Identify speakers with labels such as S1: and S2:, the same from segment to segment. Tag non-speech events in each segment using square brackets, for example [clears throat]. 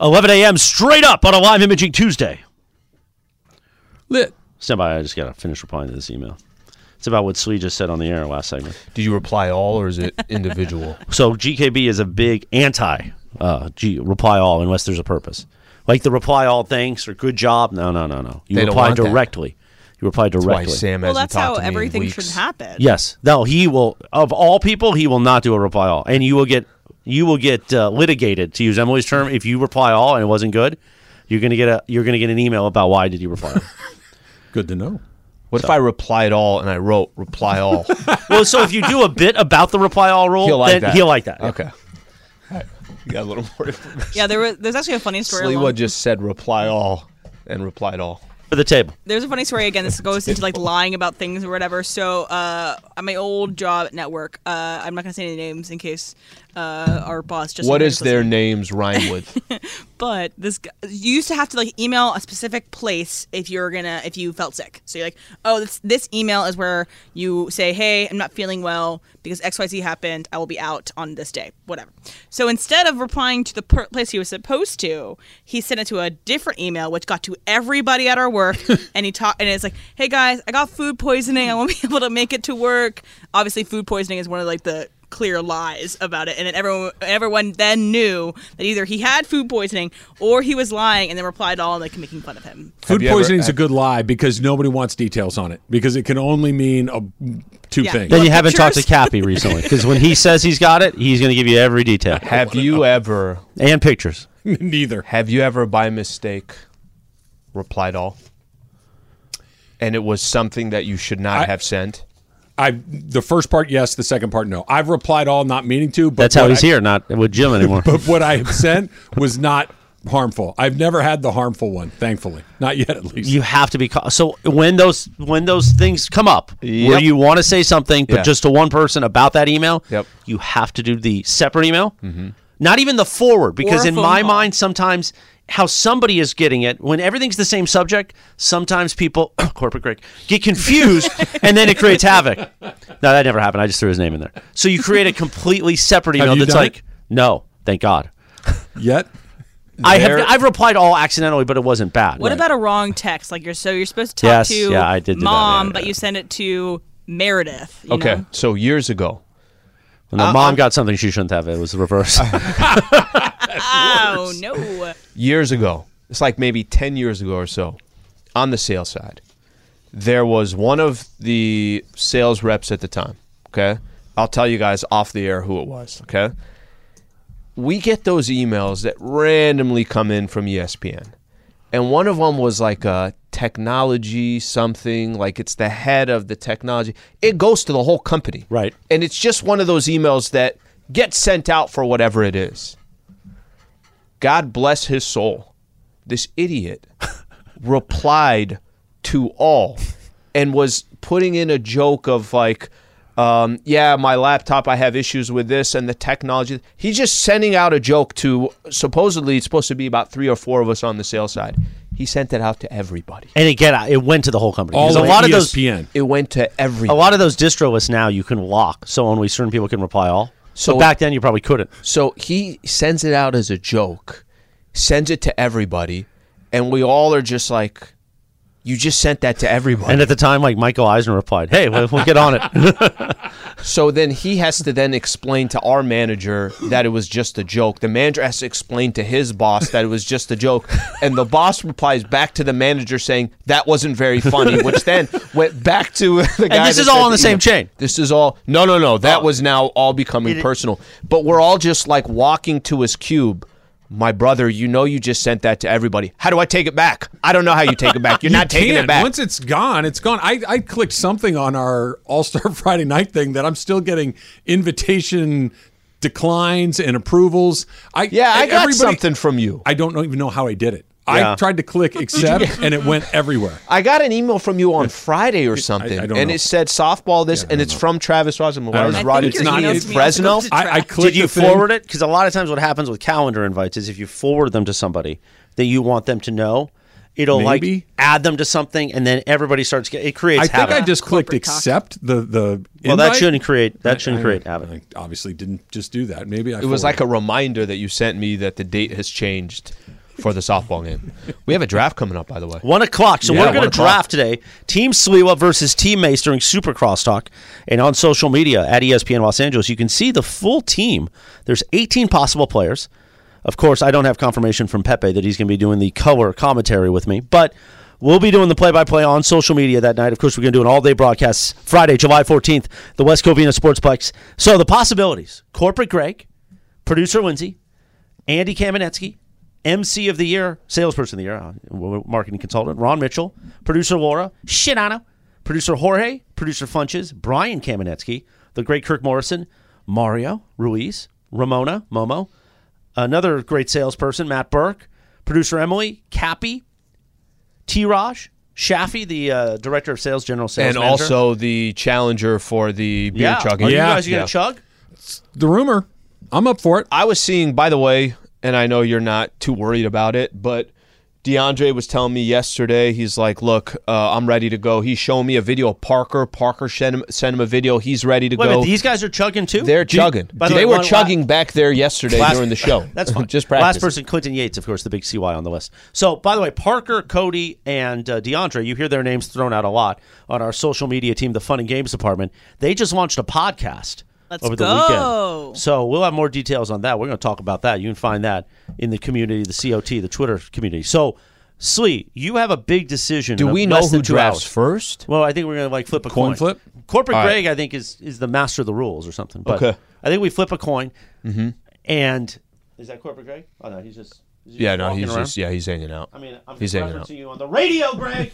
S1: 11 a.m. straight up on a live imaging Tuesday.
S2: Lit.
S1: Stand by. I just got to finish replying to this email. It's about what Slee just said on the air last segment.
S2: Did you reply all or
S1: [laughs]
S2: is it individual?
S1: So GKB is a big anti uh, G, reply all unless there's a purpose. Like the reply all thanks or good job. No, no, no, no. You
S2: They don't
S1: reply
S2: want that.
S1: directly. You reply
S2: That's why
S1: directly.
S2: Sam
S3: Well,
S2: hasn't
S3: that's
S2: talked
S3: how
S2: to me in
S3: everything
S2: weeks.
S3: should happen.
S1: Yes. No, he will. Of all people, he will not do a reply all, and you will get you will get uh, litigated to use Emily's term if you reply all and it wasn't good. You're gonna get a you're gonna get an email about why did you reply. all.
S4: Good to know.
S2: What if I replied all and I wrote
S1: [laughs]
S2: reply all?
S1: well, so if you do a bit about the reply all rule,
S2: He'll like
S1: then
S2: that.
S1: he'll like that.
S2: okay. All right. You got a little
S1: [laughs]
S2: more information.
S3: Yeah, there was. There's actually a funny story. along-
S2: Sliwa just said reply all and replied all.
S1: For the table.
S3: there's a funny story again. This goes into like lying about things or whatever. So uh, at my old job at network, uh, I'm not gonna say any names in case uh, our boss just.
S2: What is their names
S1: [laughs]
S2: rhyme with?
S3: But this g- you used to have to like email a specific place if you're gonna if you felt sick. So you're like, oh, this this email is where you say, hey, I'm not feeling well because X Y Z happened. I will be out on this day, whatever. So instead of replying to the per- place he was supposed to, he sent it to a different email, which got to everybody at our work. and he talked, and it's like, hey guys, I got food poisoning. I won't be [laughs] able to make it to work. Obviously, food poisoning is one of like the clear lies about it and then everyone everyone then knew that either he had food poisoning or he was lying and then replied all like making fun of him
S4: Food
S2: you ever-
S4: poisoning is a
S2: have-
S4: good lie because nobody wants details on it because it can only mean a, two
S3: Yeah.
S4: things.
S1: Then you
S3: What
S1: haven't talked to
S3: pictures?
S1: Cappy recently because when he says he's got it, he's going to give you every detail
S2: Have you ever
S1: and pictures.
S4: Neither.
S2: Have you ever by mistake replied all? And it was something that you should not
S4: I-
S2: have sent?
S4: I the first part yes, the second part no. I've replied all not meaning to, but
S1: That's how
S4: what
S1: he's
S4: I-
S1: here, not with Jim anymore.
S4: [laughs] But what I have sent was not harmful. I've never had the harmful one, thankfully. Not yet at least.
S1: you have to be ca- so when those when those things come up where
S2: Yep.
S1: you want to say something but
S2: Yeah.
S1: just to one person about that email
S2: Yep.
S1: you have to do the separate email
S2: Mm-hmm.
S1: not even the forward because
S3: a
S1: in
S3: phone
S1: my
S3: call.
S1: mind sometimes how somebody is getting it when everything's the same subject sometimes people [coughs] corporate Greg get
S2: [laughs]
S1: confused and then it creates havoc no that never happened i just threw his name in there so you create a completely separate
S4: Have
S1: email
S4: you
S1: that's
S4: done
S1: like
S4: it?
S1: no thank
S2: [laughs]
S1: god
S4: yet?
S1: I have
S2: There-
S1: I've replied all accidentally, but it wasn't bad.
S3: What about a wrong text? Like you're so you're supposed to talk
S1: Yes,
S3: to
S1: yeah, I did do that,
S3: mom,
S1: yeah,
S3: but
S1: yeah.
S3: you send it to Meredith. you
S2: Okay.
S3: know?
S2: So years ago. Uh,
S1: When the mom got something she shouldn't have. It was the
S2: [laughs]
S1: reverse.
S3: Oh no.
S2: Years ago. It's like maybe 10 years ago or so on the sales side. There was one of the sales reps at the time, okay? I'll tell you guys off the air who it was, okay? We get those emails that randomly come in from E ESPN. and one of them was like a technology something like it's the head of the technology it goes to the whole company
S1: Right.
S2: and it's just one of those emails that gets sent out for whatever it is god bless his soul this
S1: [laughs]
S2: idiot replied to all and was putting in a joke of like um, yeah my laptop i have issues with this and the technology he's just sending out a joke to supposedly it's supposed to be about three or four of us on the sales side he sent it out to everybody
S1: and again, I- it went to the whole company.
S4: All
S1: Because a
S4: of E
S1: lot of those
S4: ESPN.
S2: it went to
S1: a
S2: everybody
S1: lot of those distro lists now you can lock, so only certain people can reply all. So
S2: So-
S1: back then you probably couldn't.
S2: so he sends it out as a joke sends it to everybody and we all are just like you just sent that to everybody
S1: And at the time, like Michael Eisner replied, "Hey, we'll, we'll get on it."
S2: [laughs] So then he has to then explain to our manager that it was just a joke. The manager has to explain to his boss that it was just a joke. And the boss replies back to the manager saying, that wasn't very funny, which then went back to the guy.
S1: this
S2: that
S1: is all
S2: said
S1: on the same
S2: email.
S1: chain.
S2: This is all, no, no, no.
S4: Oh.
S2: That was now all becoming personal. But we're all just like walking to his cube. My brother, you know you just sent that to everybody. How do I take it back? I don't know how you take it
S4: [laughs]
S2: back. You're not taking
S4: can't.
S2: it back.
S4: Once it's gone, it's gone. I, I [laughs] clicked something on our All Star Friday night thing that I'm still getting invitation declines and approvals. I
S2: Yeah, I got
S4: everybody-
S2: something from you.
S4: I don't know- even know how I did it.
S1: Yeah.
S4: I tried to click accept, and it went everywhere.
S2: I got an email from
S4: [laughs]
S2: you on Friday or something,
S4: I don't
S2: and
S4: know.
S2: it said softball this, and it's from Travis Rossum. Why
S4: don't
S2: is
S4: know. I
S2: Rodney
S4: think your
S2: Teague
S4: email
S2: in
S4: to me
S2: Fresno?
S3: was
S4: I, I clicked.
S1: Did you
S4: the thing.
S1: forward it? Because a lot of times what happens with calendar invites is if you forward them to somebody that you want them to know, it'll like
S4: Maybe.
S1: add them to something, and then everybody starts. Get, it creates
S4: I think
S1: havoc.
S4: I just clicked
S3: Corporate talk.
S4: accept the the.
S1: well, that
S4: invite.
S1: shouldn't create. That shouldn't
S4: I-
S1: create havoc.
S4: I obviously didn't just do that. Maybe I
S2: It was like a reminder that you sent me that the date has changed for the softball game. We have a draft coming up, by the way.
S1: One o'clock. So
S4: Yeah,
S1: we're going
S2: one
S1: to
S2: o'clock.
S1: draft today. Team Sliwa versus Team Mace during Super Crosstalk. And on social media at E ESPN Los Angeles, you can see the full team. There's 18 possible players. Of course, I don't have confirmation from Pepe that he's going to be doing the color commentary with me, but we'll be doing the play by play on social media that night. Of course, we're going to do an all day broadcast Friday, July 14th, the West Covina Sportsplex. So the possibilities Corporate Greg, producer Lindsay, Andy Kamenetsky, MC of the Year, Salesperson of the Year, uh, Marketing Consultant, Ron Mitchell, Producer Laura, Shinano, Producer Jorge, Producer Funches, Brian Kamenetsky, the great Kirk Morrison, Mario Ruiz, Ramona Momo, another great salesperson, Matt Burke, Producer Emily, Cappy, T Raj, Shafi, the uh, Director of Sales, General Sales
S2: And
S1: Manager.
S2: also the challenger for the beer
S1: yeah.
S2: chugging.
S1: Are
S4: Yeah.
S1: you guys going to chug?
S4: the rumor. I'm up for it.
S2: I was seeing, by the way, and I know you're not too worried about it, but DeAndre was telling me yesterday, he's like, look, uh, I'm ready to go. He's showing me a video of Parker. Parker sent him, sent him a video. He's ready to
S1: Wait a
S2: go.
S1: minute, these guys are chugging too?
S2: They're chugging.
S1: by the
S2: they
S1: way,
S2: were
S1: one-
S2: chugging back there yesterday during the show.
S1: [laughs]
S2: [laughs]
S1: That's fine.
S2: Just
S1: Last
S2: practice.
S1: person, Clinton Yates, of course, the big CY on the list. So, by the way, Parker, Cody, and uh, DeAndre, you hear their names thrown out a lot on our social media team, the Fun and Games Department. They just launched a podcast
S3: Let's
S1: over the
S3: go.
S1: weekend. So, we'll have more details on that. We're going to talk about that. You can find that in the community, the COT, the Twitter community. So, Slee, you have a big decision.
S2: Do
S1: in
S2: we
S1: less
S2: know who
S1: than two
S2: drafts
S1: hours.
S2: first?
S1: Well, I think we're gonna like flip a coin.
S4: Coin flip?
S1: Corporate
S2: All right.
S1: Greg, I think, is is the master of the rules or something. But
S2: Okay.
S1: I think we flip a coin. Mm-hmm. And is that Corporate Greg? Oh no, he's just. Is he
S2: Yeah, no,
S1: walking
S2: he's
S1: around?
S2: just yeah, he's hanging out.
S1: I mean, I'm
S2: he's
S1: just
S2: hanging out.
S1: referencing you on the radio, Greg.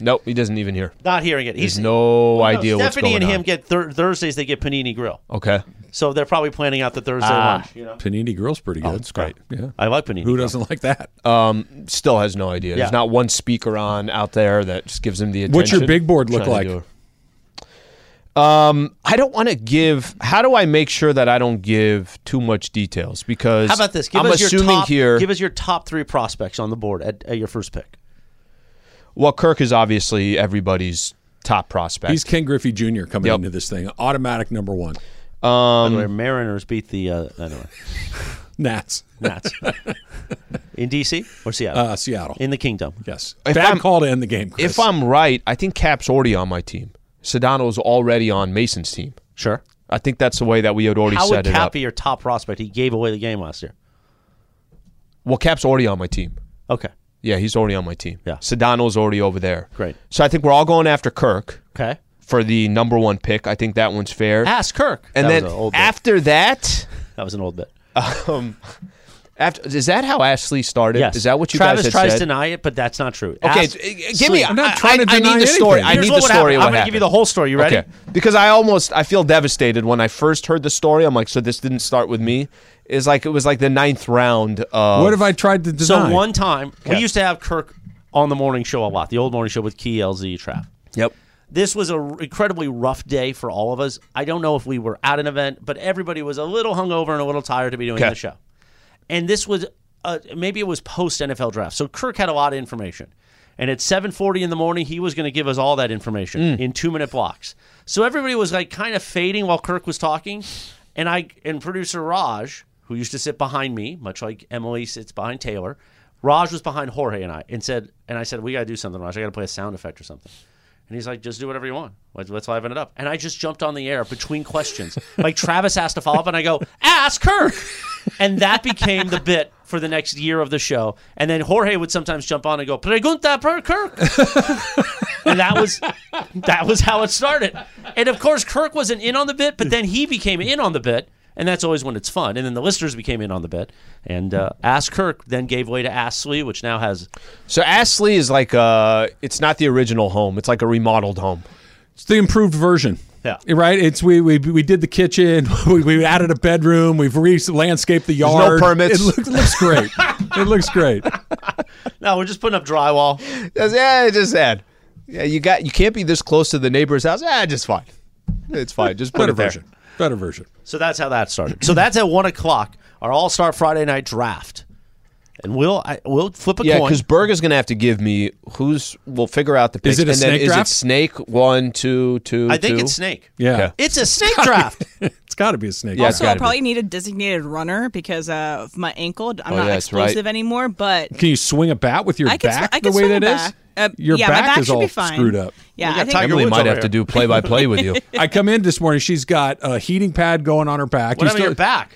S2: Nope, he doesn't even hear.
S1: Not hearing it.
S2: He's no idea
S1: Stephanie
S2: what's going
S1: and
S2: on.
S1: him get thir- Thursdays. They get panini grill,
S2: okay, Ah.
S1: so they're probably planning out the Thursday lunch. You know, Oh,
S4: Panini Grill's pretty good. That's great. Yeah.
S1: I like panini.
S4: Who doesn't like that?
S2: Um, still has no idea.
S1: Yeah.
S2: There's not one speaker on out there that just gives him the attention.
S4: What's your big board look
S2: Trying to
S4: like?
S2: do- Um, I don't want to give. How do I make sure that I don't give too much details? Because
S1: How about this? Give
S2: I'm
S1: us
S2: assuming
S1: your top,
S2: here.
S1: Give us your top three prospects on the board at, at your first pick.
S2: well, Kirk is obviously everybody's top prospect.
S4: He's Ken Griffey Jr. coming
S2: Yep.
S4: into this thing. Automatic number one.
S2: Um,
S1: By the way, Mariners beat the uh,
S2: [laughs]
S1: anyway,
S4: Nats.
S1: Nats in DC or Seattle.
S4: Uh, Seattle.
S1: in the kingdom.
S4: yes.
S2: If
S4: Bad
S2: I'm-
S4: call to end the game, Chris.
S2: if I'm right, I think Cap's already on my team. Sedano's already on Mason's team.
S1: Sure.
S2: I think that's the way that we had already
S1: How
S2: set
S1: would
S2: it
S1: Cap
S2: up.
S1: be your top prospect? He gave away the game last year.
S2: Well, Cap's already on my team.
S1: Okay.
S2: Yeah, he's already on my team.
S1: Yeah.
S2: Sedano's already over there.
S1: Great.
S2: So I think we're all going after Kirk
S1: Okay.
S2: for the number one pick. I think that one's fair.
S1: Ask Kirk.
S2: and
S1: that
S2: then
S1: was an old bit.
S2: after that,
S1: [laughs]
S2: um,
S1: that was an old bit.
S2: after is that how Ashley started?
S1: Yes.
S2: Is that what you
S1: Travis
S2: guys had
S1: tries
S2: said?
S1: to deny it, but that's not true.
S2: okay,
S1: Ask-
S2: g- g- give me.
S4: I'm not
S2: I-
S4: trying to
S2: I- I
S4: deny
S2: need the story.
S4: anything.
S2: I
S1: Here's
S2: need
S1: what
S2: the
S1: would
S2: story.
S1: happen.
S2: of
S1: I'm
S2: what
S1: going to give you the
S2: happened.
S1: whole story. You ready?
S2: Okay. Because I almost I feel devastated when I first heard the story. I'm like, so this didn't start with me. Is like it was like the ninth round. Of,
S4: what have I tried to deny?
S1: So one time we
S2: Okay.
S1: used to have Kirk on the morning show a lot, the old morning show with Key LZ Trap.
S2: Yep.
S1: This was an incredibly rough day for all of us. I don't know if we were at an event, but everybody was a little hungover and a little tired to be doing
S2: Okay.
S1: the show. And this was uh, maybe it was post NFL draft, so Kirk had a lot of information. And at 7:40 in the morning, he was going to give us all that information in two minute blocks. So everybody was like kind of fading while Kirk was talking, and I and producer Raj, who used to sit behind me, much like Emily sits behind Taylor, Raj was behind Jorge and I, and said, and I said, we got to do something, Raj. I got to play a sound effect or something. And he's like, just do whatever you want. Let's, let's liven it up. And I just jumped on the air between questions. like Travis asked to follow up, and I go, ask Kirk. And that became the bit for the next year of the show. And then Jorge would sometimes jump on and go, pregunta per Kirk. and that was that was how it started. And of course, Kirk wasn't in on the bit, but then he became in on the bit. And that's always when it's fun. And then the listeners became in on the bit. And uh, Ask Kirk then gave way to Ask Slee, which now has
S2: So Astley is like uh it's not the original home. It's like a remodeled home. [laughs]
S4: It's the improved version.
S1: Yeah.
S4: Right? It's we we, we did the kitchen, [laughs] we, we added a bedroom, we've re landscaped the
S2: no
S4: yard.
S2: permits.
S4: It looks, looks great. it looks great.
S1: No, we're just putting up drywall.
S2: That's- yeah, it's just sad. Yeah, you got you can't be this close to the neighbor's house. Ah, just fine. It's fine. Just put
S4: [laughs] Better
S2: it there.
S4: version. Better version.
S1: So that's how that started. So that's at one o'clock. Our All Star Friday night draft, and we'll I, we'll flip a
S2: Yeah,
S1: coin.
S2: because Berg is going to have to give me who's. We'll figure out the picks.
S4: Is it a
S2: and then
S4: snake
S2: is
S4: draft?
S2: it snake one, two, two,
S1: I think
S2: two?
S1: it's snake.
S4: Yeah.
S2: Yeah.
S1: it's a snake
S4: [laughs]
S1: draft.
S2: [laughs]
S4: It's got to be a snake.
S2: Yeah, it's
S3: Also,
S2: gotta
S3: I'll
S2: be.
S3: probably need a designated runner because uh, of my ankle. I'm
S2: Oh,
S3: not
S2: yeah, that's right.
S3: explosive anymore, but
S4: Can you swing a bat with your
S3: I can. sw-
S4: back
S3: I
S4: the
S3: can
S4: way
S3: swing
S4: that
S3: a
S4: is?
S3: back. Uh,
S4: your
S3: yeah,
S4: back,
S3: my back
S4: is
S3: should
S4: all
S3: be fine.
S4: screwed up.
S3: Yeah,
S1: got
S3: I think
S1: Tiger
S2: Emily
S1: Woods
S2: might
S1: over
S2: have to
S1: here.
S2: do play by
S3: [laughs]
S2: play with you.
S4: I come in this morning. She's got a heating pad going on her back.
S1: What happened
S4: You
S1: to
S4: still-
S1: your back?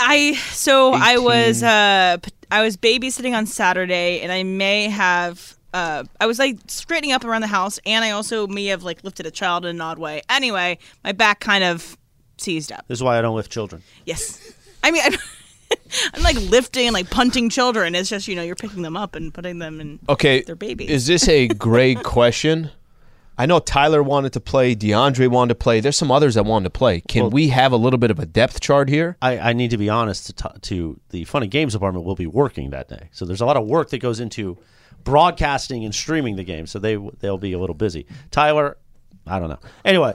S3: I so I was uh p- I was babysitting on Saturday and I may have uh I was like straightening up around the house and I also may have like lifted a child in an odd way. Anyway, my back kind of seized up.
S1: This is why I don't lift children.
S3: Yes. I mean [laughs] I'm, I'm like lifting and like punting children. It's just, you know, you're picking them up and putting them in
S2: Okay,
S3: They're babies.
S2: Is
S3: [laughs]
S2: this a great question? I know Tyler wanted to play. DeAndre wanted to play. There's some others that wanted to play. Can we have a little bit of a depth chart here?
S1: I, I need to be honest to, t- to the Fun and Games department will be working that day. So there's a lot of work that goes into broadcasting and streaming the game. So they w- they'll be a little busy. Tyler, I don't know. Anyway,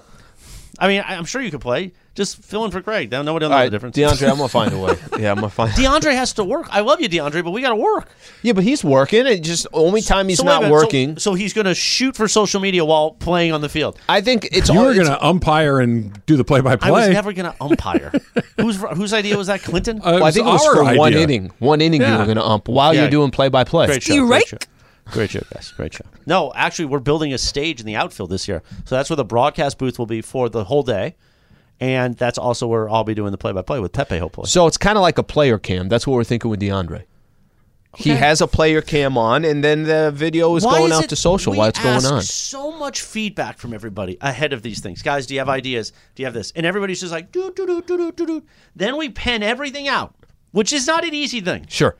S1: I mean I, I'm sure you could play. Just fill in for Greg. Now Nobody will know
S2: All
S1: the
S2: right,
S1: difference.
S2: DeAndre, I'm gonna find a way. Yeah, I'm gonna
S1: [laughs]
S2: find.
S4: [laughs]
S1: DeAndre has to work. I love you, DeAndre, but we got to work.
S2: Yeah, but he's working. It just only time he's
S1: So wait a
S2: not
S1: minute. So-
S2: working.
S1: So, he's going to shoot for social media while playing on the field.
S2: I think it's
S4: You
S2: all.
S4: were
S2: it's-
S4: going to umpire and do
S1: I
S4: the
S1: was
S4: play-by-play.
S1: never going to
S4: [laughs]
S1: umpire. whose whose idea was that? Clinton.
S4: Uh,
S2: well, I think it was
S4: our
S2: for one
S4: idea.
S2: inning. One inning you
S4: Yeah.
S2: were going to ump while
S1: Yeah.
S2: you're doing play by play.
S1: Great show.
S3: You
S1: great
S3: rake?
S1: show. Great show, guys. Great show. No, actually, we're building a stage in the outfield this year, so that's where the broadcast booth will be for the whole day, and that's also where I'll be doing the play-by-play with Pepe. Hopefully,
S2: So it's kind of like a player cam. That's what we're thinking with DeAndre. He has a player cam on, and then the video is
S1: Why
S2: going
S1: is
S2: out
S1: it
S2: to social
S1: we
S2: while it's going
S1: ask
S2: on.
S1: So much feedback from everybody ahead of these things. Guys, do you have ideas? Do you have this? And everybody's just like, doo doo doo doo doo doo. doo. Then we pen everything out, which is not an easy thing.
S2: Sure.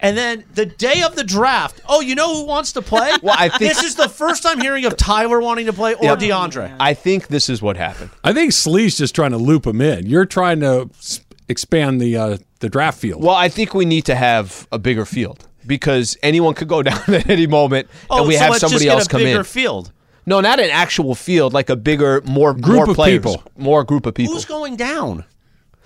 S1: And then the day of the draft, oh, you know who wants to play?
S2: [laughs] Well, I think-
S1: this is the first time hearing of Tyler wanting to play or
S2: Yep.
S1: DeAndre.
S2: I think this is what happened.
S4: I think Slee's just trying to loop him in. You're trying to s- expand the uh, the draft field.
S2: Well, I think we need to have a bigger field because anyone could go [laughs] down at any moment,
S1: Oh,
S2: and we
S1: so
S2: have
S1: let's just
S2: somebody
S1: get
S2: else
S1: a
S2: come
S1: bigger
S2: in.
S1: field.
S2: no, not an actual field, like a bigger, more
S4: Group
S2: more
S4: of
S2: players,
S4: people.
S2: more group of people.
S1: Who's going down?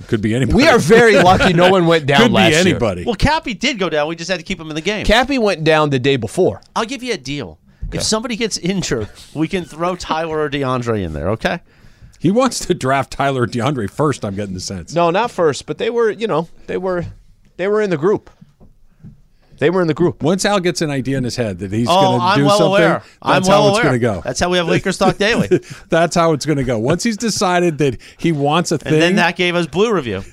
S4: Could be anybody.
S2: we are
S4: [laughs]
S2: very lucky no one went down
S4: Could be
S2: last year.
S4: anybody.
S1: Well, Cappy did go down. We just had to keep him in the game.
S2: Cappy went down the day before.
S1: I'll give you a deal. If somebody gets injured, we can throw Tyler or DeAndre in there, okay?
S4: He wants to draft Tyler DeAndre first. I'm getting the sense.
S2: No, not first, but they were, you know, they were they were in the group. They were in the group.
S4: Once Al gets an idea in his head that he's
S1: Oh,
S4: going to
S1: I'm
S4: do
S1: well
S4: something,
S1: aware.
S4: that's
S1: I'm
S4: how
S1: well
S4: it's
S1: aware.
S4: going to go.
S1: That's how we have Lakers Talk Daily. and
S4: [laughs] That's how it's going to go. Once he's decided that he wants a thing,
S1: then that gave us Blue Review.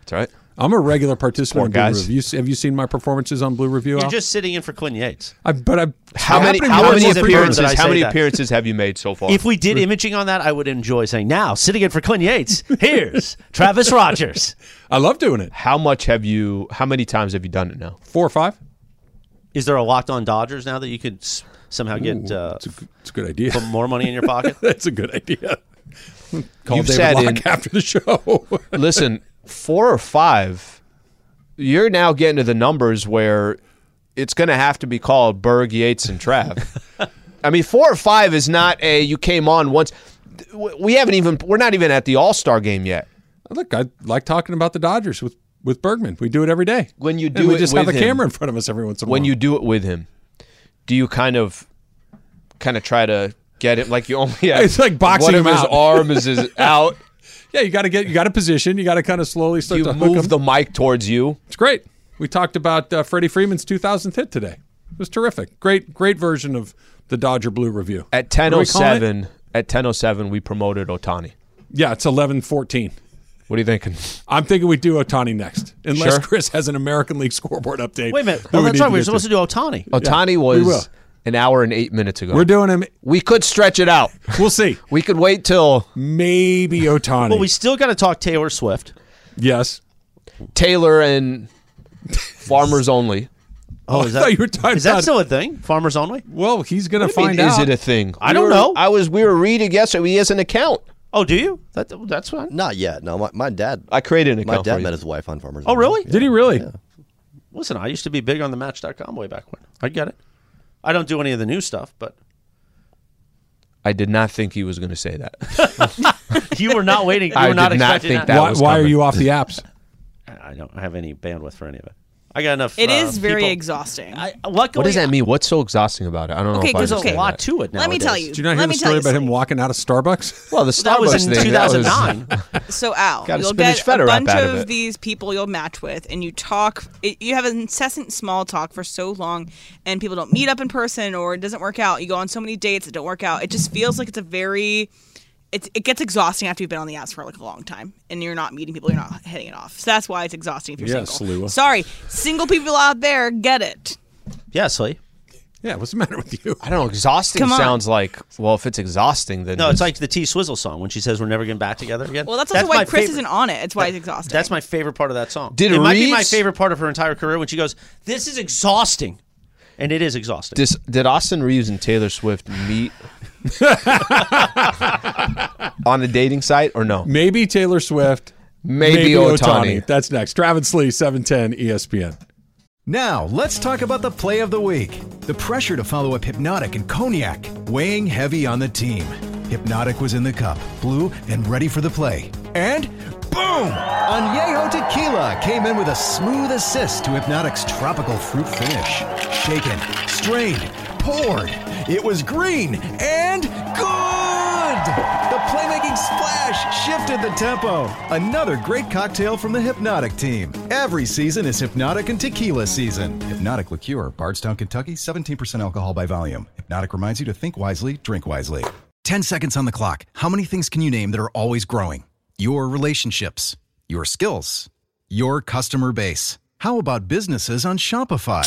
S2: That's right.
S4: I'm a regular participant
S2: Poor
S4: on Blue
S2: guys.
S4: Review. Have you seen my performances on Blue Review?
S1: You're
S4: Al?
S1: just sitting in for Clinton Yates.
S4: I, but I,
S2: How many
S1: happened
S2: how
S1: more
S2: many
S1: than Burns
S2: appearances
S1: that I
S2: how
S1: say
S2: many
S1: that.
S2: appearances have you made so far?
S1: If we did imaging on that, I would enjoy saying, now, sitting in for Clinton Yates,
S4: [laughs]
S1: here's Travis Rogers.
S4: I love doing it.
S2: how much have you how many times have you done it now?
S4: Four or five.
S1: Is there a locked on Dodgers now that you could s- somehow get uh,
S4: It's a, g- it's a good idea.
S1: put more money in your pocket?
S4: [laughs] That's a
S2: [laughs]
S4: good idea. Call
S2: You've
S4: David
S2: sat
S1: [laughs]
S4: Locke
S2: in-
S4: after the show.
S2: Listen, four or five, you're now getting to the numbers where it's gonna have to be called Berg, Yates,
S1: [laughs]
S2: and Trav. I mean, four or five is not a you came on once. We haven't even we're not even at the All Star game yet.
S4: Look, I like talking about the Dodgers with with Bergman. We do it every day.
S2: When you
S4: And
S2: do
S4: we
S2: it
S4: just have
S2: with
S4: a
S2: him.
S4: camera in front of us every once in a while.
S2: when you do it with him, do you kind of kind of try to get him like you
S4: [laughs]
S2: only have
S4: It's like boxing
S2: one of
S4: him
S2: his
S4: out.
S2: arm is,
S4: [laughs]
S2: is out.
S4: yeah, you got to get you got to position. You got to kind of slowly start
S2: You
S4: to hook 'em.
S2: move the mic towards you.
S4: It's great. We talked about uh, Freddie Freeman's 2000th hit today. It was terrific. Great, great version of the Dodger Blue Review.
S2: At
S4: What do we call it?
S2: 10:07, at 10:07 we promoted Otani.
S4: Yeah, it's 11-14.
S2: What are you thinking?
S4: I'm thinking we do Otani next, unless
S2: Sure.
S4: Chris has an American League scoreboard update.
S1: Wait a minute.
S4: that
S1: Oh,
S4: we
S1: that's
S4: need
S1: right. We
S4: get
S1: were supposed to do Otani.
S2: Otani
S4: we will.
S2: was an hour and 8 minutes ago.
S4: We're doing him.
S2: we could stretch it out.
S4: [laughs] We'll see.
S2: We could wait till
S4: Maybe [laughs] Otani.
S1: Well, we still got to talk Taylor Swift.
S4: yes.
S2: Taylor and Farmers only.
S1: Oh, is
S4: [laughs] I thought you were talking
S1: Is that
S4: about-
S1: still a thing? Farmers only?
S4: Well, he's gonna
S2: I mean,
S4: find
S2: is
S4: out.
S2: it a thing?
S1: I don't
S2: We were-
S1: know.
S2: I was we were reading yesterday. He has an account.
S1: Oh, do you? That, that's fine.
S5: Not yet. No, my, my dad.
S2: I created an account.
S5: my dad
S2: for
S5: met
S2: you.
S5: his wife on Farmers.
S1: Oh,
S5: Only.
S1: really?
S4: Did he really?
S1: Listen, I used to be big on the Match.com way back when. I get it. I don't do any of the new stuff,
S4: [laughs]
S1: but
S2: I did not think he was going to say that.
S1: you were not waiting. You
S2: I
S1: were not
S2: did not
S1: expecting
S2: think
S4: Why,
S2: that was
S4: why are
S2: coming.
S4: you off the apps?
S1: [laughs] I don't have any bandwidth for any of it. I got enough.
S3: It is
S1: uh,
S3: very
S1: people-
S3: exhausting.
S1: I, luckily,
S2: What does that mean? What's so exhausting about it? I don't know.
S3: Okay,
S2: if I
S3: 'cause there's
S1: There's
S3: Okay.
S1: a
S2: understand
S1: lot
S2: that.
S1: to
S3: Let
S1: it.
S3: me
S1: nowadays.
S3: tell you.
S4: Did you not hear
S3: let
S4: the
S3: me
S4: story
S3: tell
S4: about
S3: you
S4: him walking out of Starbucks?
S2: Well, the
S4: [laughs]
S1: That was
S2: Starbucks
S1: in
S2: thing. that was-
S1: 2009.
S3: [laughs] So Al,
S2: Got a
S3: you'll
S2: spinach
S3: get
S2: feta
S3: a
S2: wrap
S3: bunch
S2: out
S3: of,
S2: of it.
S3: these people you'll match with, and you talk. It, you have an incessant small talk for so long, and people don't meet up in person, or it doesn't work out. You go on so many dates that don't work out. It just feels like it's a very, it's it gets exhausting after you've been on the apps for like a long time, and you're not meeting people, you're not hitting it off. So that's why it's exhausting if you're
S4: Yes,
S3: single.
S4: Lua.
S3: Sorry, single people out there, get it.
S1: yes, Lee.
S4: yeah, what's the matter with you?
S2: I don't know. Exhausting
S3: Come on.
S2: sounds like well, if it's exhausting, then
S1: No, it's like the T Swizzle song when she says we're never getting back together again.
S3: Well, that's also why
S1: my
S3: Chris
S1: favorite-
S3: isn't on it. It's why it's exhausting.
S1: That's my favorite part of that song.
S2: Did
S1: it might be
S2: Reeves-
S1: my favorite part of her entire career when she goes, "This is exhausting," and it is exhausting.
S2: Dis- did Austin Reeves and Taylor Swift
S4: [laughs]
S2: meet on a dating site or no?
S4: Maybe Taylor Swift.
S2: Maybe Ohtani.
S4: That's next. Travis Lee, E 710 ESPN.
S6: Now, let's talk about the play of the week. The pressure to follow up Hypnotic and Cognac, weighing heavy on the team. Hypnotic was in the cup, blue, and ready for the play. And boom! Añejo Tequila came in with a smooth assist to Hypnotic's tropical fruit finish. Shaken, strained, poured. It was green and good! The playmaking splash shifted the tempo. Another great cocktail from the Hypnotic team. Every season is Hypnotic and Tequila season. Hypnotic Liqueur, Bardstown, Kentucky, 17% alcohol by volume. Hypnotic reminds you to think wisely, drink wisely. 10 seconds on the clock. How many things can you name that are always growing? Your relationships, your skills, your customer base. How about businesses on Shopify?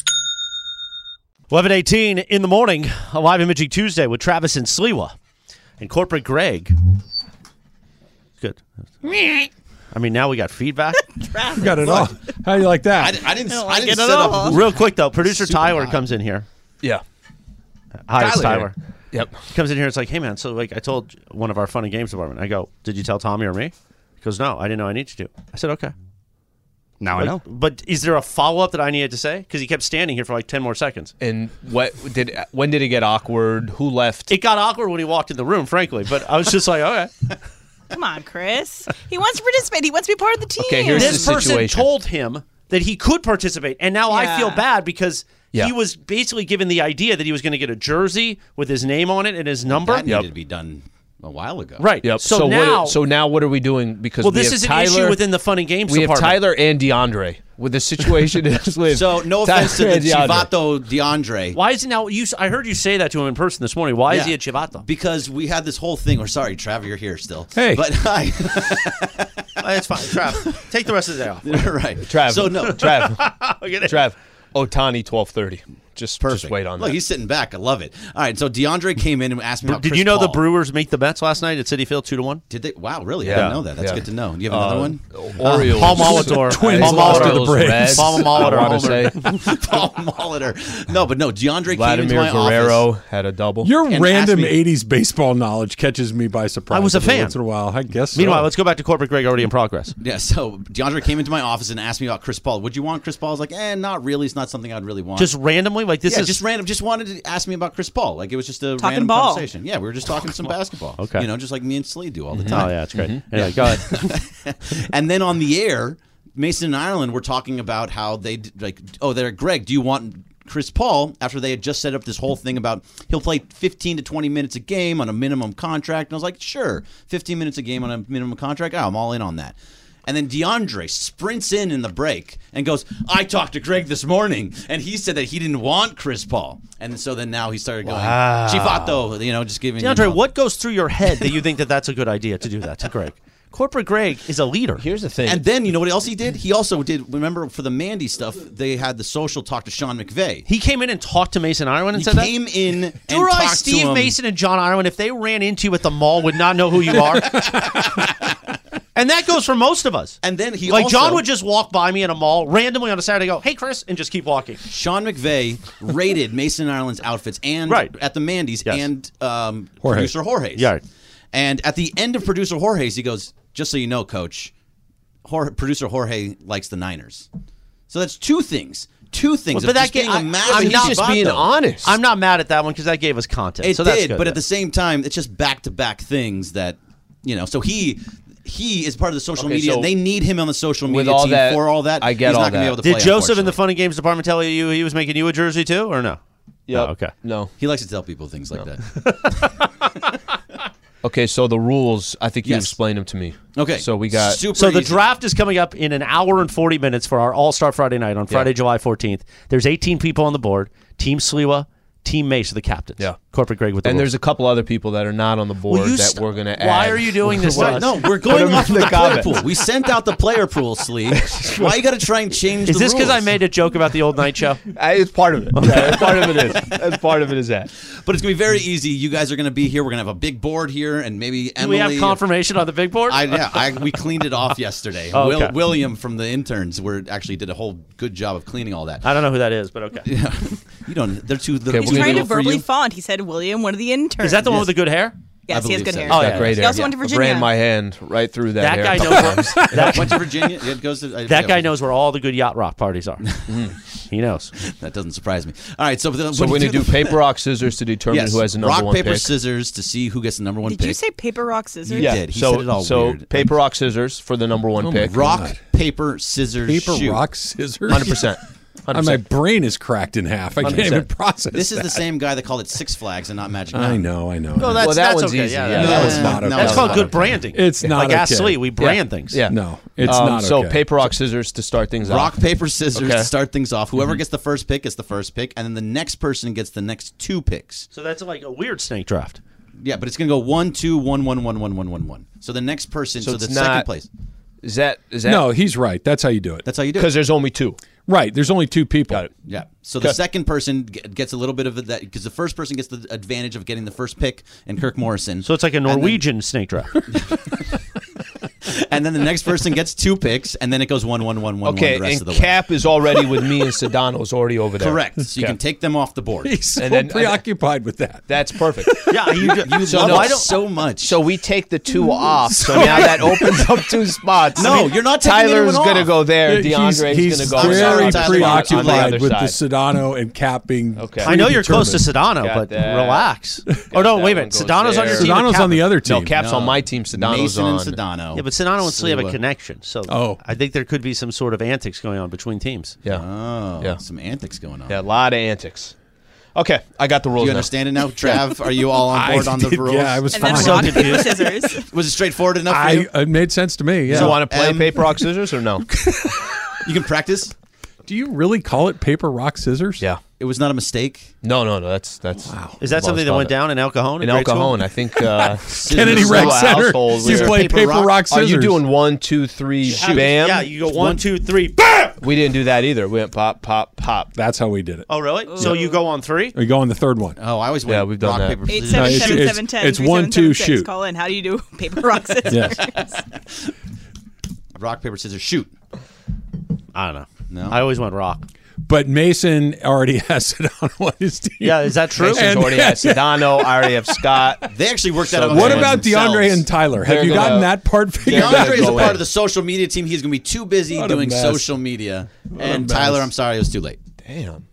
S1: 11:18 in the morning, a live imaging Tuesday with Travis and Sliwa and corporate Greg. Good. I mean, now we got
S7: [laughs]
S1: feedback.
S4: You got it all. How do you like that?
S7: I didn't. I,
S3: like
S7: didn't
S3: it at
S7: set up.
S3: all.
S1: Real quick though, producer Tyler comes in here.
S2: Yeah.
S1: Hi, it's
S2: Tyler.
S1: Tyler.
S2: Yep.
S1: He comes in here. It's like, hey man. So like, I told one of our fun and games department. I go, did you tell Tommy or me? He goes, no, I didn't know I needed you to. I said, okay.
S7: Now I know.
S1: But is there a follow up that I needed to say? Because he kept standing here for like ten more seconds.
S2: And what did when did it get awkward? Who left?
S1: It got awkward when he walked in the room, frankly. But I was just like, [laughs] okay.
S3: Come on, Chris. He wants to participate. He wants to be part of the team.
S2: Okay, here's
S1: this
S2: the
S1: person
S2: situation.
S1: told him that he could participate, and now I
S3: Yeah.
S1: feel bad because
S2: Yeah.
S1: he was basically given the idea that he was going to get a jersey with his name on it and his number.
S7: That needed to be done a while ago.
S1: Right.
S2: Yep.
S1: So,
S2: So,
S1: now,
S2: what, so now what are we doing? Because
S1: well,
S2: we
S1: this
S2: have
S1: is an
S2: Tyler,
S1: issue within the fun and games
S2: we have
S1: department. [laughs]
S2: Tyler and DeAndre. With the situation is with
S7: So no
S2: Tyler
S7: offense to the
S2: and DeAndre.
S7: Chivato DeAndre.
S1: Why is it now? You, s- I heard you say that to him in person this morning. Why is
S7: Yeah.
S1: he a Chivato?
S7: Because we had this whole thing. Or sorry, Trav, you're here still.
S4: Hey.
S7: but [laughs] hi.
S2: [laughs]
S1: it's fine. Trav, take the rest of the
S7: [laughs]
S1: day off.
S7: right,
S2: Trav.
S7: So no, [laughs]
S2: Trav.
S1: Look at it.
S2: Trav. Otani twelve thirty. Just
S7: Perfect.
S2: just wait on
S7: Look,
S2: that.
S7: he's sitting back. I love it. All right, so DeAndre came in and asked me. About
S1: Did
S7: Chris
S1: you know the
S7: Paul.
S1: Brewers make the Mets last night at City Field two to one?
S7: Did they? Wow, really? I
S2: Yeah.
S7: didn't know that. That's
S2: Yeah.
S7: good to know. Do you have
S1: Uh,
S7: another one?
S2: Orioles.
S1: Paul [laughs] Molitor.
S4: Twins
S1: Paul
S4: lost to the
S1: Molitor.
S4: Braves.
S2: Reds,
S1: Paul Molitor,
S2: I wanna
S1: Homer. [laughs]
S2: say.
S7: Paul Molitor. No, but no. DeAndre came
S2: Vladimir
S7: into my
S2: Guerrero
S7: office.
S2: had a double.
S4: Your
S7: And ask
S4: random
S7: me-
S4: 80s baseball knowledge catches me by surprise.
S1: I was a
S4: every
S1: fan.
S4: Once in a while, I guess. so.
S1: Meanwhile, let's go back to corporate Greg already in progress.
S7: Yeah, so DeAndre came into my office and asked me about Chris Paul. Would you want Chris Paul? I was like, eh, not really. It's not something I'd really want.
S1: Just randomly, like this
S7: yeah,
S1: is
S7: just random. Just wanted to ask me about Chris Paul. Like it was just a
S3: Talking
S7: random
S3: ball.
S7: conversation. Yeah, we were just talking
S1: [laughs]
S7: some basketball.
S1: Okay.
S7: you know, just like me and Slee do all the
S1: Oh
S7: time. Mm-hmm.
S1: yeah, it's great. Anyway, go
S7: [laughs]
S1: ahead.
S7: and then on the air, Mason and Ireland were talking about how they d- like, oh, they're Greg. Do you want Chris Paul? After they had just set up this whole thing about he'll play 15 to 20 minutes a game on a minimum contract, and I was like, sure, 15 minutes a game on a minimum contract. Oh, I'm Ah, all in on that. And then DeAndre sprints in in the break and goes, I talked to Greg this morning, and he said that he didn't want Chris Paul. And so then now he started going, Chifato, you know, just giving you
S1: DeAndre,
S7: know-
S1: what goes through your head that you think that that's a good idea to do that to Greg? Corporate Greg is a leader.
S2: Here's the thing.
S7: And then you know what else he did? He also did. Remember for the Mandy stuff, they had the social talk to Sean McVay.
S1: he came in and talked to Mason Ireland and
S7: He
S1: said that.
S7: came in [laughs] and
S1: Do you realize
S7: talked
S1: Steve
S7: to him.
S1: Mason and John Ireland, if they ran into you at the mall, would not know who you
S7: [laughs]
S1: are? and that goes for most of us.
S7: And then he
S1: like
S7: also-
S1: John would just walk by me in a mall randomly on a Saturday, go, "Hey, Chris," and just keep walking.
S7: Sean McVay [laughs] rated Mason Ireland's outfits and
S1: Right.
S7: at the Mandy's
S1: Yes.
S7: and um,
S4: Jorge.
S7: producer Jorge's.
S1: Yeah.
S7: And at the end of producer Jorge's, he goes, "Just so you know, Coach, Jorge, producer Jorge likes the Niners." So that's two things. Two things.
S1: Well,
S7: of
S1: but that
S7: just
S1: ga-
S7: being a
S1: I-
S7: massive
S1: I'm
S2: He's
S1: not-
S7: chivato.
S2: just being honest.
S1: I'm not mad at that one because that gave us content.
S7: It
S1: so that's
S7: did,
S1: good.
S7: but at the same time, it's just back to back things that you know. So he he is part of the social
S2: Okay,
S7: media.
S2: so
S7: they need him on the social
S2: with
S7: media
S2: all
S7: team
S2: that,
S7: for all that.
S2: I get
S7: He's
S2: all
S7: not gonna
S2: that.
S7: Be able to
S1: did
S7: play,
S1: Joseph in the
S7: unfortunately.
S1: Fun and Games department tell you he was making you a jersey too, or no?
S2: Yep.
S1: Oh, okay.
S2: No.
S7: He likes to tell people things like
S2: [laughs]
S7: that.
S2: Okay, so the rules, I think you
S7: Yes.
S2: explained them to me.
S7: Okay.
S2: So we got
S7: super
S1: So the
S7: easy.
S1: draft is coming up in an hour and 40 minutes for our All Star Friday night on Friday, July 14th. There's 18 people on the board. Team Sliwa, Team Mace are the captains.
S2: Yeah.
S1: Corporate Greg with the
S2: and
S1: rules.
S2: there's a couple other people that are not on the board
S1: Will you
S2: that
S1: st-
S2: we're going to add.
S1: Why are you doing this? to
S7: Wait,
S1: us?
S7: no, we're
S2: Put
S7: going
S2: 'em
S7: off
S2: in
S7: of the,
S2: the
S7: player
S2: comments.
S7: pool. We sent out the player pool,
S2: [laughs]
S7: Sleeve. Why you got to try and change
S1: [laughs] Is
S7: the
S1: this because I
S7: rules?
S1: made a joke about the old night show?
S2: [laughs] I, it's
S7: [laughs]
S2: part of it. Yeah, it's part of it is. That's part of it is that.
S7: But it's going to be very easy. You guys are going to be here. We're going to have a big board here, and maybe
S1: Do
S7: Emily.
S1: we have confirmation on the big board?
S7: I, yeah, I, we cleaned it
S1: [laughs]
S7: off yesterday.
S1: Oh,
S7: Will,
S1: okay.
S7: William from the interns were actually did a whole good job of cleaning all that.
S1: I don't know who that is, but okay.
S7: [laughs] You don't. They're too. They're
S2: Okay,
S3: He's
S2: We're gonna
S3: trying
S2: do
S3: to
S2: it for
S3: verbally
S7: you.
S3: fond. He said William, one of the interns.
S1: Is that the one with the good hair?
S3: Yes,
S7: I
S3: he has
S7: believe
S3: good
S7: so.
S3: hair.
S1: Oh,
S2: Got
S1: yeah.
S2: great
S3: He
S2: hair.
S3: also went to Virginia.
S2: Ran my hand right through that,
S1: That
S2: hair.
S1: guy knows.
S2: [laughs]
S1: Where, [laughs] that
S7: Went to Virginia. It goes to
S1: that
S7: yeah,
S1: guy knows where all the good yacht rock parties
S2: [laughs]
S1: are. he knows.
S7: That doesn't surprise me. All right, so the,
S2: So we're going to do
S7: the-
S2: paper, rock, scissors to determine
S7: yes,
S2: who has the number
S7: rock
S2: one
S7: paper
S2: pick.
S7: scissors to see who gets the number one
S3: Did
S7: pick.
S3: you say paper, rock, scissors?
S7: You
S2: Yeah.
S7: did. He
S2: so
S7: said it all
S2: so
S7: weird.
S2: paper, rock, scissors for the number one
S4: Oh my
S2: pick.
S7: rock
S4: God.
S7: paper scissors
S4: Paper,
S7: shoot.
S4: rock, scissors. [laughs]
S2: 100%.
S4: And my brain is cracked in half. I can't
S2: 100%.
S4: even process.
S7: This is
S4: that.
S7: the same guy that called it Six Flags and not Magic
S4: I
S7: Mountain.
S4: know. I know.
S1: Well,
S4: I know.
S1: that's,
S2: that
S1: that's
S2: one's
S1: okay.
S2: easy,
S1: Yeah,
S2: yeah.
S1: that-
S4: No, it's
S7: Uh,
S4: not okay.
S7: no,
S1: That's
S7: it's
S1: called
S7: not
S1: good
S7: okay.
S1: branding.
S4: It's not
S1: like Ask
S4: okay.
S1: Slee, we brand things.
S2: Yeah.
S4: No, it's
S2: Um,
S4: not
S2: So
S4: okay.
S2: paper, rock, scissors to start things
S7: Rock,
S2: off.
S7: paper, scissors
S2: Okay. Mm-hmm.
S7: to start things off. Whoever gets the first pick gets the first pick, and then the next person gets the next two picks.
S1: So that's like a weird snake draft.
S7: Yeah, but it's gonna go one, two, one, one, one, one, one, one, one. So the next person, so,
S2: it's
S7: the
S2: not-
S7: second place.
S2: Is that is that
S4: No, he's right. That's how you do it.
S7: That's how you do
S2: Because
S7: it.
S2: there's only two.
S4: right. There's only two people.
S2: Got it.
S7: Yeah. So the
S2: Okay.
S7: second person g- gets a little bit of that because the first person gets the advantage of getting the first pick and Kirk Morrison.
S1: So it's like a Norwegian snake draft.
S7: [laughs] and then the next person gets two picks, and then it goes one, one, one, one,
S2: Okay,
S7: one the rest
S2: and
S7: of the way.
S2: Cap is already with me, and Sedano's already over there.
S7: Correct. So you
S2: Okay.
S7: can take them off the board.
S4: He's so
S2: And then-
S4: preoccupied with that.
S7: [laughs]
S2: That's perfect.
S1: yeah, you, do-
S7: You
S2: So
S7: love
S2: no,
S7: it
S2: I don't-
S7: so much. Mm-hmm.
S2: So we take the two off. So now
S7: [laughs]
S2: that opens up two spots.
S7: No, you're not taking
S2: Tyler's
S7: anyone
S2: gonna
S7: off.
S2: go there.
S4: Yeah,
S2: DeAndre's
S4: he's,
S2: going
S4: he's
S2: to go.
S4: very
S7: Tyler, on the other
S4: preoccupied with the
S2: side.
S4: Sedano and Cap being.
S2: Okay.
S1: I know you're close to
S4: predetermined.
S1: Sedano,
S2: Got
S1: but
S2: that.
S1: relax. Oh no, wait
S2: that
S1: a
S2: one
S1: minute.
S2: goes
S1: Sedano's on your
S2: there.
S1: team. and
S4: Sedano's on the
S1: Cap-
S4: other team.
S2: No, Cap's on my team. Sedano's
S7: Mason
S2: on.
S7: and Sedano.
S1: Yeah, but Sedano and Slee have a
S7: Sliwa.
S1: connection, so
S4: Oh.
S1: I think there could be some sort of antics going on between teams.
S2: Yeah.
S7: Oh,
S2: Yeah.
S7: some antics going on.
S2: yeah, a lot of antics. Okay, I got the rules.
S7: Do you
S2: now.
S7: understand
S2: [laughs]
S7: it now, Trav? Are you all on board
S4: [laughs] I
S7: on the
S4: did-
S7: rules?
S4: Yeah, I was
S3: And then
S4: fine.
S1: I'm
S7: [laughs]
S1: so
S3: rock,
S2: [laughs]
S3: paper,
S1: confused.
S3: scissors.
S7: Was it straightforward enough for
S4: I
S7: you?
S4: it made sense to me. Yeah.
S2: Do you want to play
S7: Um,
S2: paper, rock, scissors, or no?
S7: You can practice.
S4: Do you really call it paper rock scissors?
S2: yeah.
S7: It was not a mistake.
S2: No, no, no. That's that's. Wow.
S1: Is that something that went down in El Cajon?
S2: in El
S1: grade school?
S2: Cajon? I think. Uh,
S4: Kennedy
S7: Scissors.
S4: Rec
S2: Little
S4: Center.
S2: household
S4: You
S2: where-
S4: play
S7: Paper
S4: paper
S7: rock-
S4: rock,
S2: Are
S4: scissors.
S2: you doing one, two, three, bam?
S1: Yeah, you go one, two, three, bam.
S2: We didn't do that either. We went pop, pop, pop.
S4: That's how we did it.
S1: Oh really? So you go on three.
S4: [laughs] We go on the third one.
S7: Oh, I always went
S2: Yeah, we've done
S7: rock,
S2: that.
S7: paper,
S3: Eight
S7: scissors.
S3: seven
S4: it's-
S3: seven
S4: it's-
S3: seven ten.
S4: it's
S3: three, seven,
S4: one, two,
S3: seven, six.
S4: shoot.
S3: Call in. How do [laughs] you do paper, rock, scissors?
S4: Yes.
S7: rock, paper, [laughs] scissors, shoot.
S1: I don't know.
S7: No.
S1: I always went rock.
S4: But Mason already [laughs] has it on one of his team.
S1: Yeah, is that true?
S2: Mason's already had
S4: [laughs]
S2: Sedano. I already have Scott.
S7: They actually worked
S2: So
S7: out.
S4: What
S2: They
S4: about DeAndre and Tyler? Have
S2: They're
S4: you gotten
S2: gonna-
S4: that part figured
S2: they're
S4: out?
S7: DeAndre is a
S2: Go
S7: part
S2: in.
S7: of the social media team. He's going to be too busy
S4: What a
S7: doing
S4: mess.
S7: social media. and Tyler, I'm sorry, it was too late.
S2: Damn.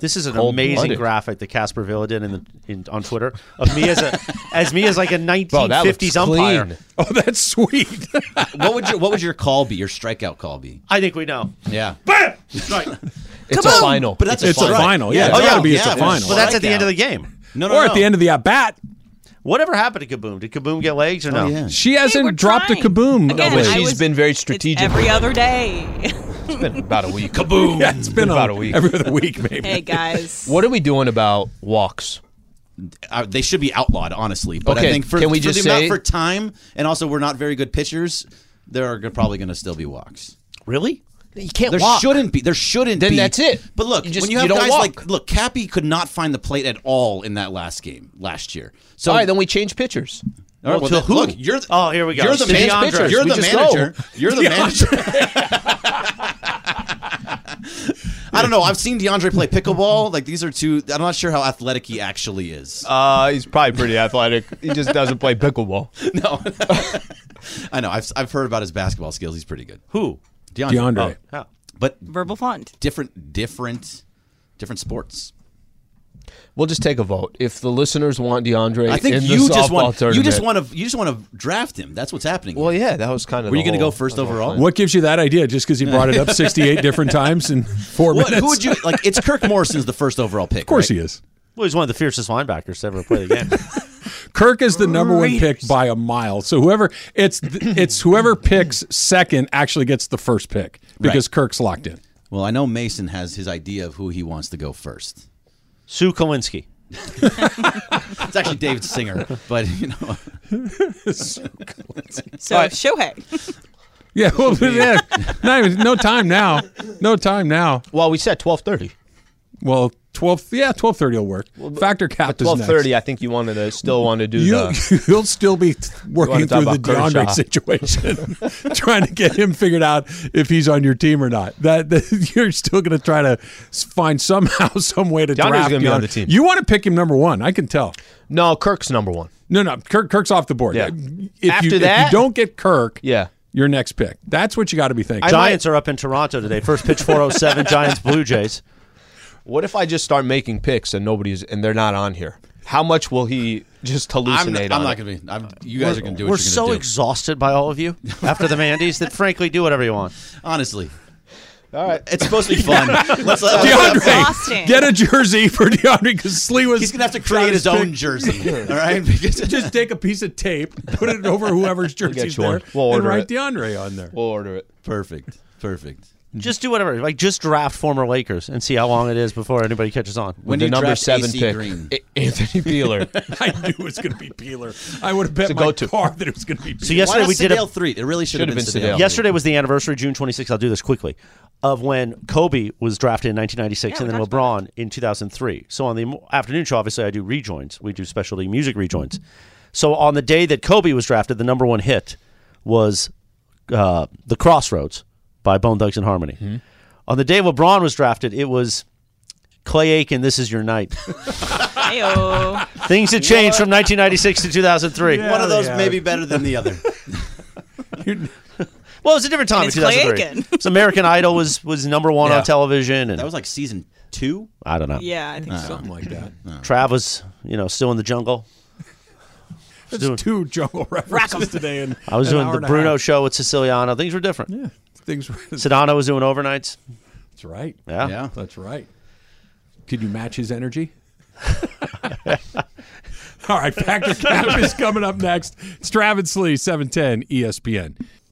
S1: This is an
S2: Cold-blooded.
S1: amazing graphic that Casper Villa did in the in, on Twitter of me as a as me as like a 1950s
S2: that looks
S1: umpire.
S2: clean.
S4: [laughs] Oh, that's sweet.
S7: [laughs] What would your What would your call be? Your strikeout call be?
S1: I think we know.
S4: [laughs]
S7: Yeah.
S2: It's a final.
S7: But that's
S4: It's a final. Yeah,
S7: Yeah,
S4: it's
S7: oh,
S4: gotta
S7: yeah,
S4: be it's a
S7: yeah,
S4: final.
S1: Well, that's at the
S7: Strikeout.
S1: end of the game.
S7: No, no,
S4: or
S7: no.
S4: at the end of the at bat. Oh,
S1: Whatever happened to Kaboom? Did Kaboom get legs or no?
S7: yeah.
S4: She
S3: Hey,
S4: hasn't
S3: we're
S4: dropped
S3: trying.
S4: a kaboom.
S3: Again,
S4: of late.
S3: I
S2: She's
S3: was-
S2: been very
S3: it's
S2: strategic.
S3: every other day.
S2: It's been about a week. Kaboom!
S4: yeah, it's been
S2: about
S4: on
S2: a week.
S4: Every other week, maybe.
S3: hey guys,
S2: What are we doing about walks?
S7: Uh, they should be outlawed, honestly. But
S2: Okay,
S7: I think for,
S2: can we
S7: for
S2: just
S7: the amount
S2: say-
S7: for time, and also we're not very good pitchers. There are probably going to still be walks.
S1: Really?
S2: You can't
S7: There
S2: walk.
S7: shouldn't be. There shouldn't
S2: Then
S7: be.
S2: that's it.
S7: But look,
S2: You just-
S7: when you have
S2: you don't
S7: guys
S2: walk.
S7: like look, Cappy could not find the plate at all in that last game last year. So
S2: All right, then we change pitchers.
S7: All right, well,
S1: to
S7: then-
S1: who?
S7: Look, you're the,
S1: Oh, here we go.
S7: You're the
S1: Steve
S7: manager.
S1: Andres.
S7: You're
S2: We
S7: the
S2: just
S7: manager. [laughs] You're the manager. [laughs] I don't know. I've seen DeAndre play pickleball. Like these are two. I'm not sure how athletic he actually is.
S2: Uh, he's probably pretty athletic. he just doesn't play pickleball.
S7: [laughs] no, I know. I've I've heard about his basketball skills. He's pretty good.
S1: Who?
S7: DeAndre,
S4: DeAndre.
S7: Oh,
S1: How?
S7: but
S3: verbal font.
S7: different, different, different sports.
S2: We'll just take a vote. If the listeners want DeAndre,
S7: I think
S2: in
S7: you
S2: the
S7: just
S2: softball
S7: want
S2: Tournament,
S7: you just want to you just want to draft him. That's what's happening.
S2: Well, yeah, that was kind of.
S7: Were
S2: the
S7: you going to
S2: whole-
S7: go first
S2: the whole
S7: overall?
S2: thing.
S4: What gives you that idea? Just because you
S7: [laughs]
S4: brought it up 68 different times in four
S7: What,
S4: minutes?
S7: who would you
S2: [laughs]
S7: like? It's
S4: [laughs]
S7: Kirk Morrison's the first overall pick.
S4: of course
S7: right?
S4: he is.
S1: Well, he's one of the fiercest linebackers to ever play the game.
S4: Kirk is the number one pick by a mile. So whoever it's
S7: [clears throat]
S4: it's whoever picks second actually gets the first pick because Kirk's locked in.
S7: Well, I know Mason has his idea of who he wants to go first.
S1: Sue Kowinski.
S7: [laughs]
S1: [laughs]
S7: It's actually David Singer, but you know,
S3: So Shohei,
S4: Yeah, [laughs] well, yeah. Not even, no time now. No time now.
S2: Well, we said twelve thirty.
S4: Well, 12. Yeah, 12:30 will work. Factor cap is
S2: Twelve
S4: next.
S2: thirty. I think you wanted to still want to do
S7: [laughs]
S4: You,
S2: the.
S4: [laughs] you'll still be working
S2: wanna talk
S4: through the
S2: about
S4: DeAndre
S2: Kershaw.
S4: situation,
S2: [laughs]
S4: [laughs] trying to get him figured out if he's on your team or not. That, that- [laughs] you're still going to try to s- find somehow [laughs] some way to
S2: DeAndre's
S4: draft.
S2: gonna be on
S4: DeAndre.
S2: the team.
S4: You want to pick him number one? I can tell.
S2: No, Kirk's number one.
S4: No, no, Kirk, Kirk's off the board.
S2: Yeah.
S4: If
S2: After
S4: you,
S2: that-
S4: if you don't get Kirk,
S2: Yeah.
S4: your next pick. That's what you got to be thinking.
S1: Giants are up in Toronto today. First pitch
S2: [laughs]
S1: 407, Giants Blue Jays.
S2: What if I just start making picks and nobody's and they're not on here? How much will he just
S7: I'm,
S2: hallucinate?
S7: I'm
S2: on
S7: not
S2: it?
S7: going to be. I'm, you guys are going to do what
S1: We're
S7: you're
S1: so
S7: going to do.
S1: exhausted by all of you after the Mandy's that frankly do whatever you want.
S7: [laughs] Honestly, all right, it's supposed to be
S4: [laughs]
S7: fun. Let's, let
S3: exhausting.
S4: DeAndre, get a jersey for DeAndre because Slee was.
S7: He's going to have to create his own
S4: [laughs]
S7: jersey. All right, [laughs] because
S4: Just take a piece of tape, put it over whoever's jersey's
S2: you one.
S4: there,
S2: We'll
S4: and
S2: order
S4: write
S2: it.
S4: DeAndre on there.
S2: We'll order it.
S7: perfect, perfect.
S1: [laughs] Just do whatever. Like, just draft former Lakers and see how long it is before anybody catches on.
S7: When
S2: the
S7: you
S2: number
S7: draft
S2: seven
S7: AC
S2: pick,
S7: Green.
S2: A-
S1: [laughs]
S2: Anthony Beeler.
S4: [laughs] I knew it was going to be Peeler. I would have bet
S2: a
S4: my
S2: go-to.
S4: car that it was going to be. Peeler.
S1: So
S7: Why
S1: yesterday
S7: not
S1: we did a
S7: Sedale three. It really should have
S2: Should've
S7: been
S2: been
S7: Sedale.
S2: Sedale.
S1: Yesterday was the anniversary, June 26th. I'll do this quickly, of when Kobe was drafted in 1996
S3: Yeah,
S1: and
S3: we
S1: then
S3: talked about
S1: LeBron in 2003. So on the mo- afternoon show, obviously, I do rejoins. We do specialty music rejoins. So on the day that Kobe was drafted, the number one hit was uh, The Crossroads by Bone Thugs and Harmony.
S7: Mm-hmm.
S1: On the day LeBron was drafted, it was Clay Aiken, This Is
S7: [laughs]
S1: Your Night.
S3: Heyo.
S1: Things had changed from 1996 to 2003.
S7: One of those
S4: Yeah.
S7: may be better than the other.
S1: Well, it was a different time
S3: And it's
S1: in
S3: Clay
S1: 2003.
S3: Aiken. [laughs]
S1: It's American Idol was was number one
S2: Yeah.
S1: on television, and
S7: That was like season two.
S1: I don't know.
S3: yeah, I think so.
S4: something like that.
S1: Trav was, you know, still in the jungle. doing-
S4: That's
S3: [laughs]
S4: two jungle references today, and
S1: I was doing the Bruno show with Siciliano. Things were different.
S4: Things were. [laughs] That's
S1: Sedano was doing overnights.
S4: right.
S1: Yeah.
S7: Yeah.
S4: That's right. Could you match
S3: [laughs]
S4: his energy? All right, Factor Cap is coming up next. It's Travis Lee, E 710 ESPN.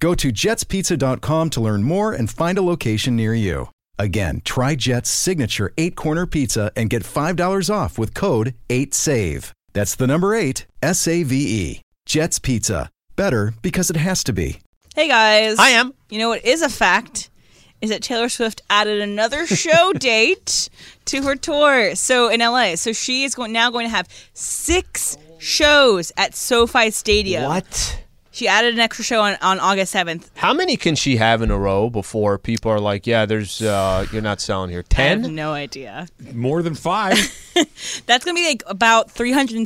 S6: Go to jetspizza.com to learn more and find a location near you. Again, try Jet's signature eight corner pizza and get $5 off with code 8SAVE. That's the number eight, S A V E. Jet's Pizza. Better because it has to be.
S3: Hey guys.
S1: I am.
S3: You know what is a fact is that Taylor Swift added another
S2: [laughs]
S3: show date to her tour. So in LA. So she is going now going to have 6 shows at SoFi Stadium.
S2: What?
S3: She added an extra show on, on August 7th.
S2: How many can she have in a row before people are like, yeah, there's uh, you're not selling here?
S3: I have
S2: Ten?
S3: no idea.
S4: More than
S2: [laughs]
S4: five.
S3: That's going to be like about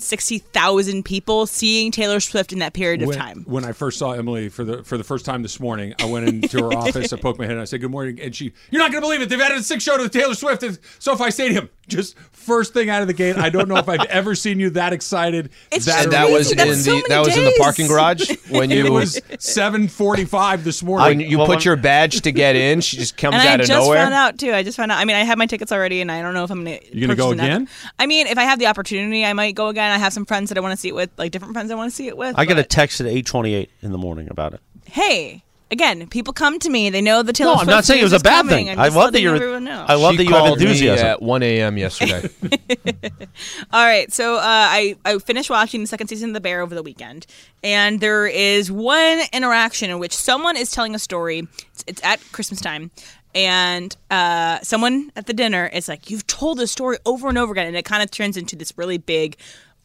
S3: 360,000 people seeing Taylor Swift in that period of
S4: when,
S3: time.
S4: when I first saw Emily for the for the first time this morning, I went into
S3: [laughs]
S4: her office. I poked my head and I said, "Good morning." And she, "You're not going to believe it. They've added a sixth show to the Taylor Swift at SoFi Stadium. Just first thing out of the gate. I don't know if I've ever seen you that excited.
S3: It's
S4: that
S3: just
S2: And that was
S3: That's
S2: in
S3: so
S2: the
S3: many
S2: that was in the
S3: days.
S2: parking garage when
S4: [laughs] it
S2: you
S4: was seven forty-five this
S2: when
S4: morning.
S2: you
S1: Well,
S2: put
S1: I'm-
S2: your badge to get in.
S3: [laughs]
S2: She just comes
S3: And I
S2: out of
S3: just
S2: nowhere.
S3: found out too. I just found out. I mean, I have my tickets already, and I don't know if I'm gonna.
S4: You gonna go
S3: purchase another-
S4: again?
S3: I mean, if I have the opportunity, I might go again. I have some friends that I want to see it with, like different friends I want to see it with.
S1: I got a
S3: but-
S1: text at eight twenty eight in the morning about it.
S3: hey, again, people come to me. They know the Taylor
S1: No, I'm
S3: Swift
S1: not saying it
S3: news
S1: was a
S3: is
S1: bad
S3: coming.
S1: thing.
S3: I'm
S1: I
S3: just
S1: love that
S3: letting
S1: you're.
S3: Everyone know.
S1: I love
S2: she
S1: that you have
S2: called
S1: enthusiasm.
S2: me at 1 a.m. yesterday.
S3: All right, so uh, I I finished watching the second season of The Bear over the weekend, and there is one interaction in which someone is telling a story. It's, it's at Christmas time, and uh, someone at the dinner is like, "You've told this story over and over again," and it kind of turns into this really big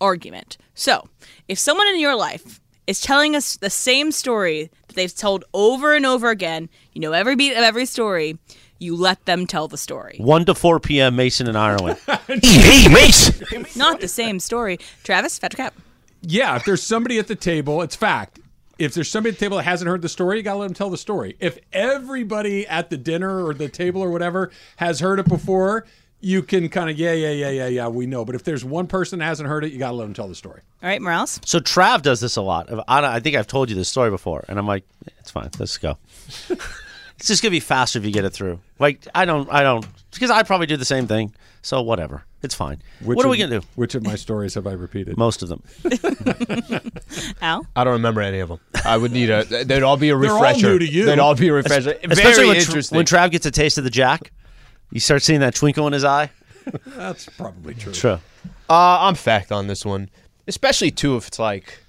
S3: argument. So, if someone in your life is telling us the same story that they've told over and over again, you know every beat of every story. You let them tell the story.
S1: One to four p.m. Mason in Ireland.
S3: Not the same story. Travis, fetch a cap.
S4: yeah, if there's somebody at the table, it's fact. If there's somebody at the table that hasn't heard the story, you gotta let them tell the story. If everybody at the dinner or the table or whatever has heard it before, you can kind of yeah, yeah, yeah, yeah, yeah. We know. But if there's one person that hasn't heard it, you gotta let them tell the story.
S3: All right, Morales.
S1: so Trav does this a lot. I, don't- I think I've told you this story before, and I'm like, it's fine. Let's
S4: [laughs]
S1: go. it's just gonna be faster if you get it through. Like I don't, I don't, because I probably do the same thing. So whatever, it's fine. what are
S4: of-
S1: we gonna do?
S4: Which of my stories have I repeated?
S1: Most of them.
S3: [laughs] Al.
S2: I don't remember any of them. I would need a. They'd all be a
S4: They're all
S2: refresher.
S4: new to you.
S2: They'd all be a refresher.
S1: Especially
S2: Very
S1: when, Tra-
S2: interesting.
S1: when Trav gets a taste of the Jack, you start seeing that twinkle in his eye.
S4: That's probably true.
S1: True.
S2: [laughs] Uh, I'm fact on this one, especially too if it's like,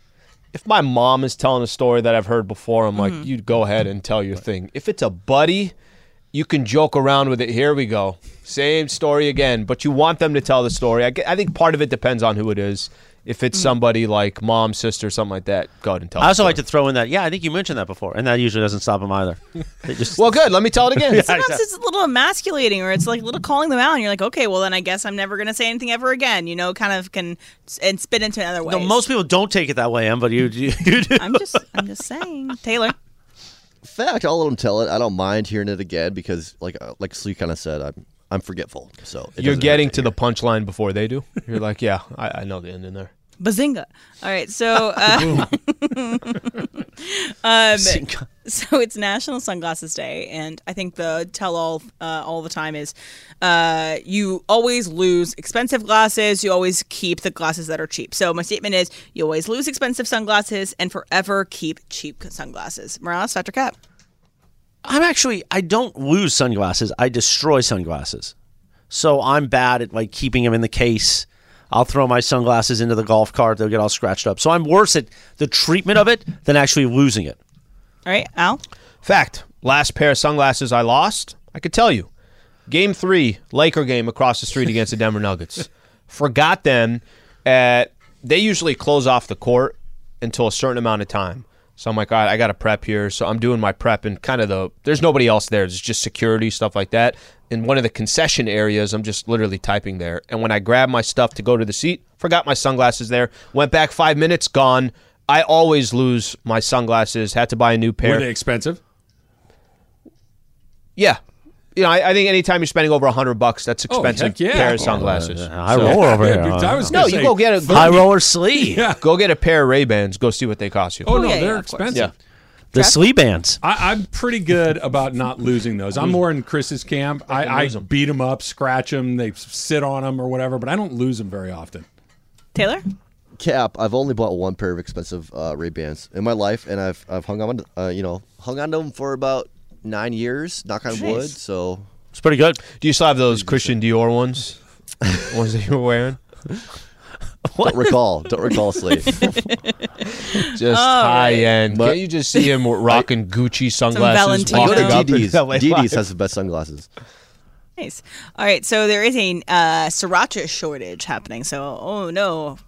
S2: if my mom is telling a story that I've heard before, I'm
S3: Mm-hmm.
S2: like, you go ahead and tell your thing. If it's a buddy, you can joke around with it. Here we go, same story again, but you want them to tell the story. I, g- I think part of it depends on who it is. If
S3: Mm.
S2: it's somebody like mom, sister, something like that, go ahead and tell.
S1: I
S2: the
S1: also
S2: story.
S1: like to throw in that. Yeah, I think you mentioned that before, and that usually doesn't stop him [laughs] either. They just
S2: Well, good. Let me tell
S1: [laughs]
S2: it again.
S3: Sometimes it's a little emasculating, or it's like a little calling them out, and you're like, okay, well then I guess I'm never gonna say anything ever again. You know, kind of can and spit into another way.
S1: No, most people don't take it that way, Em, but you, you, you do.
S3: I'm just, I'm just saying, Taylor.
S8: fact, I'll let them tell it. I don't mind hearing it again because, like, uh, like Slee kind of said, I'm I'm forgetful. So it
S2: You're
S8: doesn't
S2: getting
S8: hurt.
S2: to the punchline before they do. You're like, yeah, I, I know the end in there.
S3: Bazinga! All right,
S1: [laughs]
S3: so uh, [laughs] um, so it's National Sunglasses Day, and I think the tell-all uh, all the time is uh, you always lose expensive glasses. You always keep the glasses that are cheap. So my statement is you always lose expensive sunglasses and forever keep cheap sunglasses. Morales, Dr. Cap.
S1: [laughs] I'm actually I don't lose sunglasses. I destroy sunglasses. So I'm bad at like keeping them in the case. I'll throw my sunglasses into the golf cart; they'll get all scratched up. So I'm worse at the treatment of it than actually losing it.
S3: All right, Al.
S2: Fact last pair of sunglasses I lost, I could tell you. Game three, Laker game across the street against the
S3: [laughs]
S2: Denver Nuggets. Forgot them at, they usually close off the court until a certain amount of time. So I'm like, all right, I got to prep here. So I'm doing my prep and kind of the, there's nobody else there. It's just security, stuff like that. In one of the concession areas, I'm just literally typing there. And when I grab my stuff to go to the seat, forgot my sunglasses there. Went back five minutes, gone. I always lose my sunglasses. Had to buy a new pair.
S4: Were they expensive?
S2: Yeah. You know, I, I think anytime you're spending over a hundred bucks, that's
S4: Oh,
S2: expensive
S4: heck yeah.
S2: pair of sunglasses.
S1: I roll over here.
S4: Yeah, dude, I was
S2: no,
S4: gonna
S2: you
S4: say-
S2: go get a
S1: High
S2: go,
S1: roller sleeve,
S2: go get a pair of Ray Bans. Go see what they cost you.
S4: Oh no,
S3: yeah, yeah,
S4: they're
S3: of course.
S4: expensive.
S2: yeah.
S1: the sleeve bands.
S4: I, I'm pretty good about not losing those. I'm more in Chris's camp. I, I beat them up, scratch them, they sit on them or whatever, but I don't lose them very often.
S3: Taylor?
S8: cap. I've only bought one pair of expensive uh, Ray Bans in my life, and I've I've hung on, to- uh, you know, hung on to them for about nine years. Knock on wood. So
S1: It's pretty good. [laughs]
S2: Do you still have those Christian Dior ones? ones that you were wearing?
S8: Don't recall. Don't recall
S2: [laughs]
S8: Slade.
S3: Oh.
S2: Just high end. Can't you just
S1: [laughs]
S2: see him rocking Gucci
S8: I
S2: sunglasses?
S8: go
S3: Valentino.
S2: walking
S8: to
S2: up [laughs]
S8: DD's.
S2: in LA
S8: DD's
S2: Live?
S8: has the best sunglasses.
S3: Nice. All right, so there is a uh, sriracha shortage happening. So, oh no,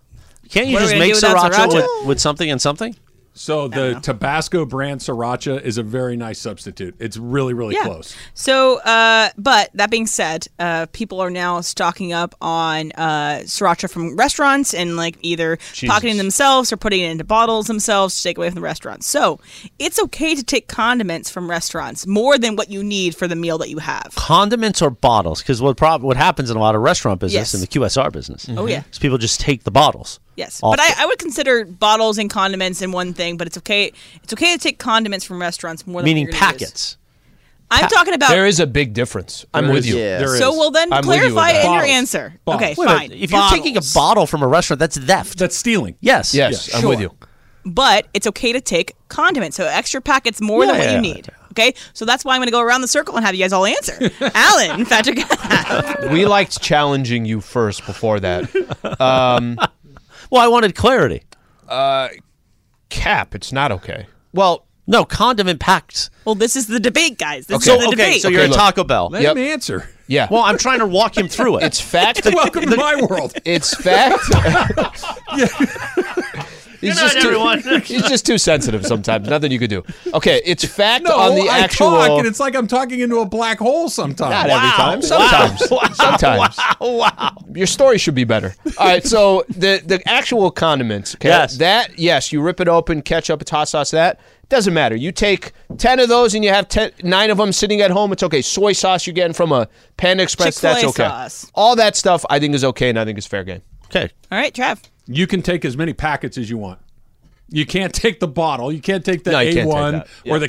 S1: Can't you
S3: What are
S1: just
S3: we gonna
S1: make
S3: do without
S1: sriracha,
S3: sriracha?
S1: With, with something and something?
S4: So the Tabasco brand sriracha is a very nice substitute. It's really, really close.
S3: So, uh, but that being said, uh, people are now stocking up on uh, sriracha from restaurants and like either pocketing themselves or putting it into bottles themselves to take away from the restaurants. So, it's okay to take condiments from restaurants more than what you need for the meal that you have.
S1: Condiments or bottles? Because what prob- what happens in a lot of restaurant
S3: Yes.
S1: business and the QSR business?
S3: Oh, yeah.
S1: is people just take the bottles.
S3: Yes, but
S1: Off the-
S3: I, I would consider bottles and condiments in one thing. But it's okay. It's okay to take condiments from restaurants more than
S1: meaning
S3: what you're gonna use.
S1: packets.
S3: I'm talking about.
S2: There is a big difference. I'm with you.
S8: Yeah.
S4: There is.
S3: so well, then
S2: I'm with you with
S3: clarify
S2: that.
S3: in your
S4: Bottles.
S3: answer.
S4: Bottles.
S3: Okay,
S4: Wait
S1: But
S3: fine.
S1: if you're taking a
S3: Bottles.
S1: bottle from a restaurant, that's theft.
S4: That's stealing.
S1: yes.
S2: Yes, I'm with you.
S3: but it's okay to take condiments. So extra packets more than what
S1: Yeah.
S3: you need. Okay, so that's why I'm going to go around the circle and have you guys all answer.
S4: [laughs]
S3: Alan, Patrick,
S2: We liked challenging you first before
S3: [laughs]
S2: that. Um,
S1: Well, I wanted clarity.
S2: Uh, Cap, it's not okay. Well,
S1: No condiment packs.
S3: well, this is the debate, guys. This
S1: So
S3: is the
S1: okay,
S3: debate.
S1: so you're
S2: Okay,
S1: a
S2: look.
S1: Taco Bell.
S4: Let
S2: Yep.
S4: him answer.
S2: yeah.
S1: Well, I'm trying to walk him through it.
S2: it's fact.
S4: Welcome to my world.
S2: It's [laughs] fact. He's just,
S1: night, everyone.
S2: too, [laughs] he's just too sensitive sometimes. Nothing you could do. Okay, it's fact
S4: No,
S2: on the
S4: I
S2: actual.
S4: talk, and it's [laughs] like I'm talking into a black hole
S2: Not
S4: sometimes.
S2: every time. Sometimes. sometimes. Wow. Your story should be better. All right. So the the actual condiments. Okay.
S1: Yes.
S2: That yes, you rip it open, ketchup, it's hot sauce. That doesn't matter. You take ten of those, and you have 10, nine of them sitting at home. It's okay. Soy sauce you're getting from a Panda Express. that's
S3: Chick-fil-A
S2: okay.
S3: sauce.
S2: All that stuff I think is okay, and I think is fair game.
S1: okay.
S3: all right, Trav.
S4: You can take as many packets as you want. You can't [laughs] take the bottle. You can't take the
S2: No, you can't take
S4: A1
S2: that. Yeah.
S4: or the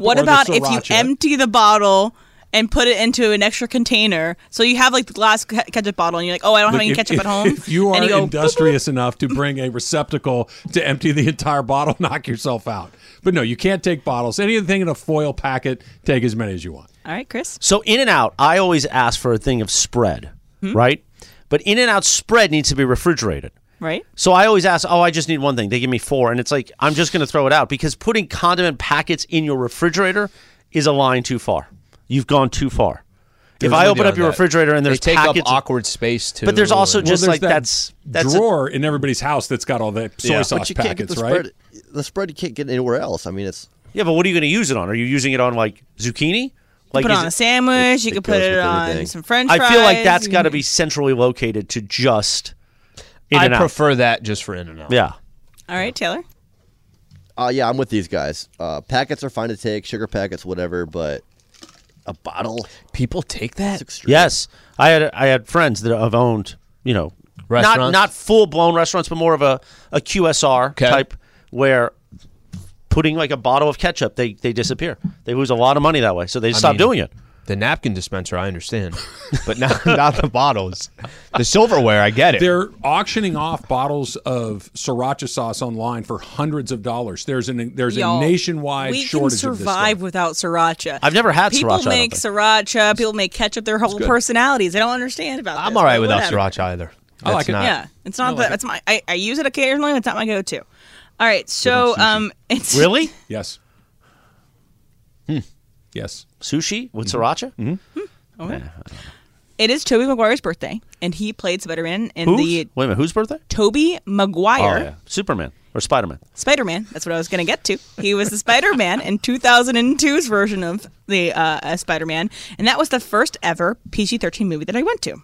S3: [laughs] What
S4: or
S3: about
S4: the
S3: if you
S4: sriracha.
S3: empty the bottle? And put it into an extra container. So you have like the glass ke- ketchup bottle, and you're like, "Oh, I don't have
S4: Look,
S3: any
S4: if-
S3: ketchup
S4: if-
S3: at home."
S4: If [laughs] you are
S3: and you go,
S4: industrious enough to bring a receptacle to empty the entire bottle, [laughs] knock yourself out. But no, you can't take bottles. Anything in a foil packet, take as many as you want.
S3: All right, Chris.
S1: So in and out, I always ask for a thing of spread,
S3: Hmm?
S1: right? But in and out spread needs to be refrigerated.
S3: Right.
S1: So I always ask, oh, I just need one thing. They give me four, and it's like I'm just going to throw it out because putting condiment packets in your refrigerator is a line too far. You've gone too far. if I open up your refrigerator and there's
S2: they take
S1: packets,
S2: up awkward space too.
S1: but there's also just
S4: there's
S1: like that's that's a-
S4: drawer in everybody's house that's got all the soy
S1: Yeah.
S4: sauce
S8: you can't get
S4: packets,
S8: the
S4: right?
S8: spread. The spread you can't get anywhere else. I mean, it's
S1: yeah. But what are you going to use it on? Are you using it on like zucchini? Like
S3: put it
S1: is
S3: on a
S1: it-
S3: sandwich. you
S8: it
S3: could put
S8: goes
S3: it
S8: with
S3: on
S8: anything.
S3: some French fries.
S1: I feel like that's
S3: You
S1: got to
S3: can-
S1: be centrally located to just in
S2: I
S1: and out.
S2: prefer that just for in and out.
S1: yeah.
S3: All right, Taylor.
S8: uh, yeah, I'm with these guys. Uh, packets are fine to take, sugar packets, whatever, but a bottle.
S2: People take that.
S8: It's extreme.
S1: Yes, I had I had friends that have owned you know not
S2: Restaurants?
S1: not full blown restaurants, but more of a a QSR
S2: Okay.
S1: type where putting like a bottle of ketchup they they disappear. They lose a lot of money that way, so they stop
S2: mean-
S1: doing it.
S2: The napkin dispenser, I
S1: [laughs]
S2: understand, but not not the bottles. The silverware, I get it.
S4: They're auctioning off bottles of sriracha sauce online for hundreds of dollars. There's an there's
S3: Y'all,
S4: a nationwide
S3: we
S4: shortage
S3: can survive
S4: of this.
S3: without sriracha.
S1: I've never had
S3: people
S1: sriracha, I don't
S3: make
S1: think.
S3: sriracha. People make ketchup their whole personalities. They don't understand about.
S2: I'm
S3: this,
S2: all right
S3: but
S2: without
S3: whatever.
S2: sriracha either.
S4: I like
S2: That's
S4: it.
S2: not-
S3: Yeah, it's not. that it's my. I, I use it occasionally. but It's not my go-to. All right, so um, it's [laughs]
S1: Really,
S4: Thing. Yes.
S2: Hmm.
S4: Yes.
S1: sushi
S2: Mm-hmm.
S1: with sriracha?
S3: Oh, It is Toby Maguire's birthday, and he played Spider-Man in
S1: Who's?
S3: the
S1: Wait a minute, whose birthday?
S3: Toby Maguire
S1: Oh,
S2: Oh,
S1: Superman or Spider Man?
S3: Spider Man. That's what I was going to get to. He was the Spider Man in 2002's version of the uh, uh, Spider Man. And that was the first ever PG 13 movie that I went to.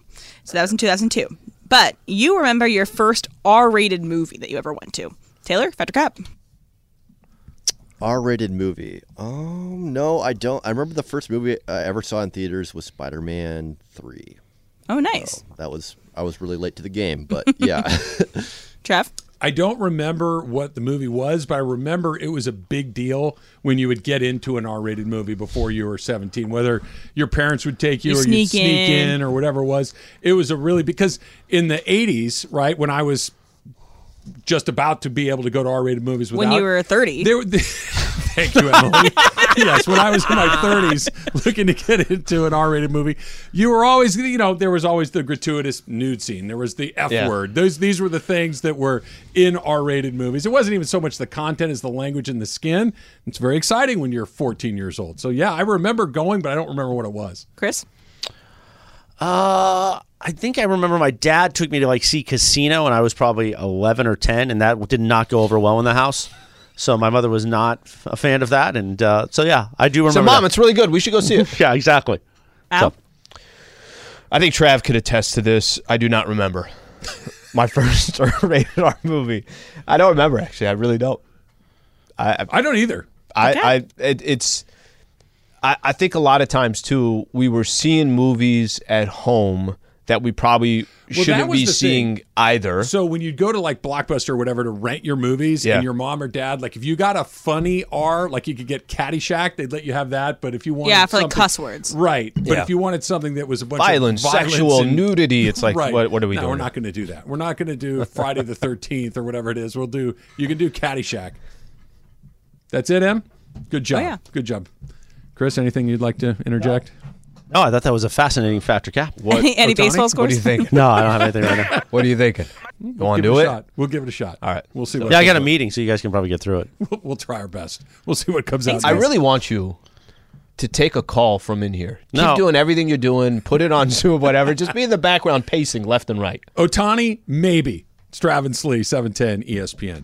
S3: So that was in 2002. But you remember your first R rated movie that you ever went to. Taylor, Factor Cap.
S8: R-rated movie. Um, no, I don't. I remember the first movie I ever saw in theaters was Spider-Man Three.
S3: Oh, nice.
S8: That was I was really late to the game,
S2: [laughs]
S8: but yeah. [laughs]
S3: Trev.
S4: I don't remember what the movie was, but I remember it was a big deal when you would get into an R-rated movie before you were 17, whether your parents would take you,
S3: You
S4: or
S3: sneak
S4: you'd sneak
S3: in.
S4: in. or whatever it was. It was a really because in the 80s, right, when I was just about to be able to go to R-rated movies
S3: When
S4: without
S3: you were 30.
S4: There, Thank you, Emily. [laughs] yes, when I was in my 30s looking to get into an R rated movie, you were always, you know, there was always the gratuitous nude scene. There was the F
S2: Yeah.
S4: word. Those These were the things that were in R rated movies. It wasn't even so much the content as the language and the skin. It's very exciting when you're 14 years old. So, yeah, I remember going, but I don't remember what it was.
S3: Chris?
S1: Uh, I think I remember my dad took me to like see Casino, and I was probably eleven or ten, and that did not go over well in the house. So my mother was not f- a fan of that, and uh, so yeah, I do remember.
S2: So, mom,
S1: that.
S2: it's really good. We should go see
S1: [laughs]
S2: it.
S1: yeah, exactly.
S3: Al?
S2: I think Trav could attest to this. I do not remember [laughs] my first [laughs] rated R movie. I don't remember actually. I really don't. I
S4: I don't either.
S2: I, I it, it's I, I think a lot of times too we were seeing movies at home that we probably
S4: that
S2: shouldn't
S4: was
S2: be
S4: the
S2: seeing
S4: thing.
S2: either.
S4: So when you'd go to like Blockbuster or whatever to rent your movies,
S2: Yeah.
S4: and your mom or dad, like if you got a funny R, like you could get Caddyshack, they'd let you have that. But if you wanted,
S3: Yeah, for, like,
S4: something-
S3: cuss words.
S4: right? But
S2: Yeah.
S4: if you wanted something that was a bunch
S2: violence,
S4: of violence
S2: sexual
S4: and-
S2: nudity. It's like
S4: right.
S2: what what are we
S4: no,
S2: doing?
S4: We're not going to do that. We're not going to do Friday the Thirteenth or whatever it is. We'll do. You can do Caddyshack. That's it, Em. Good job.
S3: Oh, yeah.
S4: Good job, Chris. Anything you'd like to interject?
S1: No, I thought that was a fascinating factor cap. What?
S3: [laughs] Any, any baseball scores?
S2: what do you think?
S1: No, I don't have anything right
S4: [laughs]
S1: now.
S2: what are you thinking? You want
S4: Give
S2: to do
S4: it a
S2: it?
S4: shot. We'll give it a shot. All
S2: right.
S4: We'll see. what
S1: Yeah, I got
S4: comes
S1: a
S4: out.
S1: meeting, so you guys can probably get through it.
S4: We'll try our best. We'll see what comes out.
S2: I
S4: next.
S2: really want you to take a call from in here. Keep
S1: No.
S2: doing everything you're doing. Put it on [laughs] Zoom, whatever. Just be in the background, pacing left and right.
S4: Otani, maybe. Stravin Slee, 710
S7: E
S4: ESPN.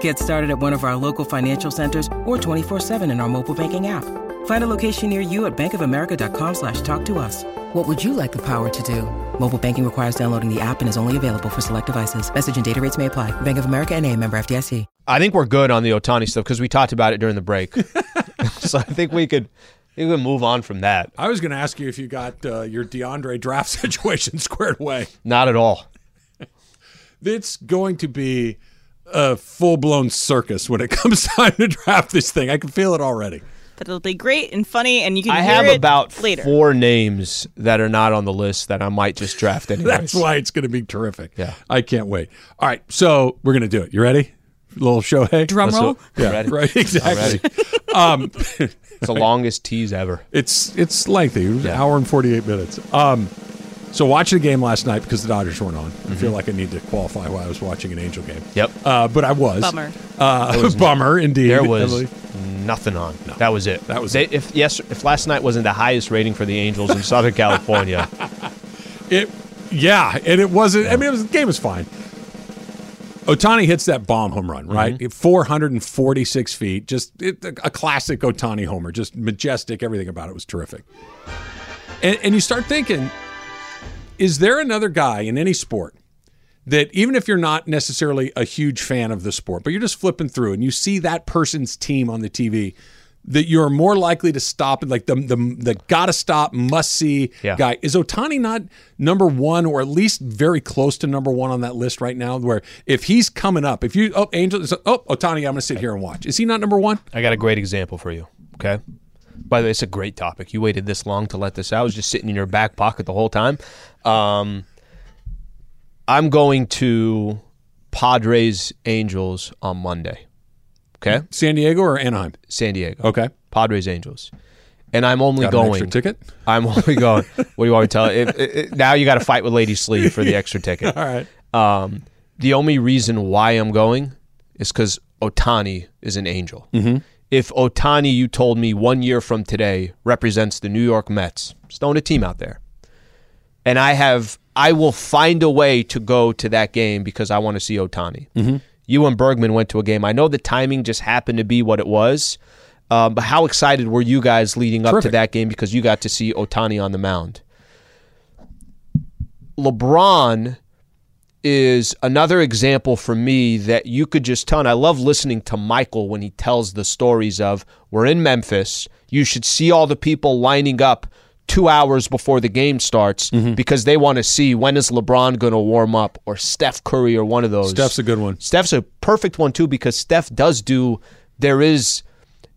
S9: Get started at one of our local financial centers or 24-7 in our mobile banking app. Find a location near you at bankofamerica.com slash talk to us. What would you like the power to do? Mobile banking requires downloading the app and is only available for select devices. Message and data rates may apply. Bank of America and a member FDIC.
S2: I think we're good on the Otani stuff because we talked about it during the [laughs] break. so I think we could we could move on from that.
S4: I was going to ask you if you got uh, your DeAndre draft [laughs] situation squared away.
S2: Not at all.
S4: It's going to be a full blown circus when it [laughs] comes time to draft this thing. I can feel it already.
S3: But it'll be great and funny, and you can
S2: I
S3: hear
S2: have
S3: it
S2: about
S3: later.
S2: four names that are not on the list that I might just
S4: [laughs]
S2: draft anyway.
S4: That's why it's going to be terrific.
S2: Yeah.
S4: I can't wait. All right. So we're going to do it. You ready? Little show, hey?
S3: Drum
S4: Let's do it.
S3: roll.
S4: Yeah,
S2: Ready.
S4: [laughs] right. Exactly. Um,
S2: [laughs] It's the longest tease ever.
S4: It's it's lengthy. It was An hour and forty eight minutes. Um, so watching the game last night because the Dodgers weren't on. I
S2: Mm-hmm.
S4: feel like I need to qualify why I was watching an Angel game.
S2: Yep.
S4: Uh, but I was
S3: Bummer.
S4: Uh, [laughs] bummer indeed.
S2: There was
S4: Emily.
S2: nothing on. That was it.
S4: That was
S2: They-
S4: it.
S2: If yes, if last night wasn't the highest rating for the Angels in Southern
S4: [laughs]
S2: California,
S4: it. Yeah, and it wasn't. I mean, it was, the game was fine. Otani hits that bomb home run, right? 446 feet. Just it, a classic Otani homer. Just majestic. Everything about it was terrific. And, and you start thinking, is there another guy in any sport that even if you're not necessarily a huge fan of the sport, but you're just flipping through and you see that person's team on the TV, that you're more likely to stop and like the the, the gotta stop, must see
S2: Yeah.
S4: guy. Is Otani not number one or at least very close to number one on that list right now? Where if he's coming up, if you oh Angel, oh Otani, I'm gonna sit here and watch. Is he not number one?
S2: I got a great example for you. Okay. By the way, it's a great topic. You waited this long to let this out. It was just sitting in your back pocket the whole time. Um, I'm going to Padres Angels on Monday. Okay.
S4: San Diego or Anaheim?
S2: San Diego.
S4: Okay.
S2: Padres Angels. And I'm only
S4: Got an
S2: going
S4: extra ticket?
S2: I'm [laughs] only going. what do you want me to tell? It, it, it- now you got to fight with Lady Sleeve
S4: [laughs]
S2: for the extra ticket.
S4: All right.
S2: Um, the only reason why I'm going is because Otani is an angel.
S4: Mm-hmm.
S2: If Otani, you told me one year from today, represents the New York Mets, just throwing a team out there, and I have, I will find a way to go to that game because I want to see Otani. You and Bergman went to a game. I know the timing just happened to be what it was, um, but how excited were you guys leading up
S4: Terrific.
S2: to that game because you got to see Otani on the mound? LeBron is another example for me that you could just tell. And I love listening to Michael when he tells the stories of we're in Memphis. You should see all the people lining up two hours before the game starts because they want to see when is LeBron going to warm up or Steph Curry or one of those.
S4: Steph's a good one.
S2: Steph's a perfect one too because Steph does do. There is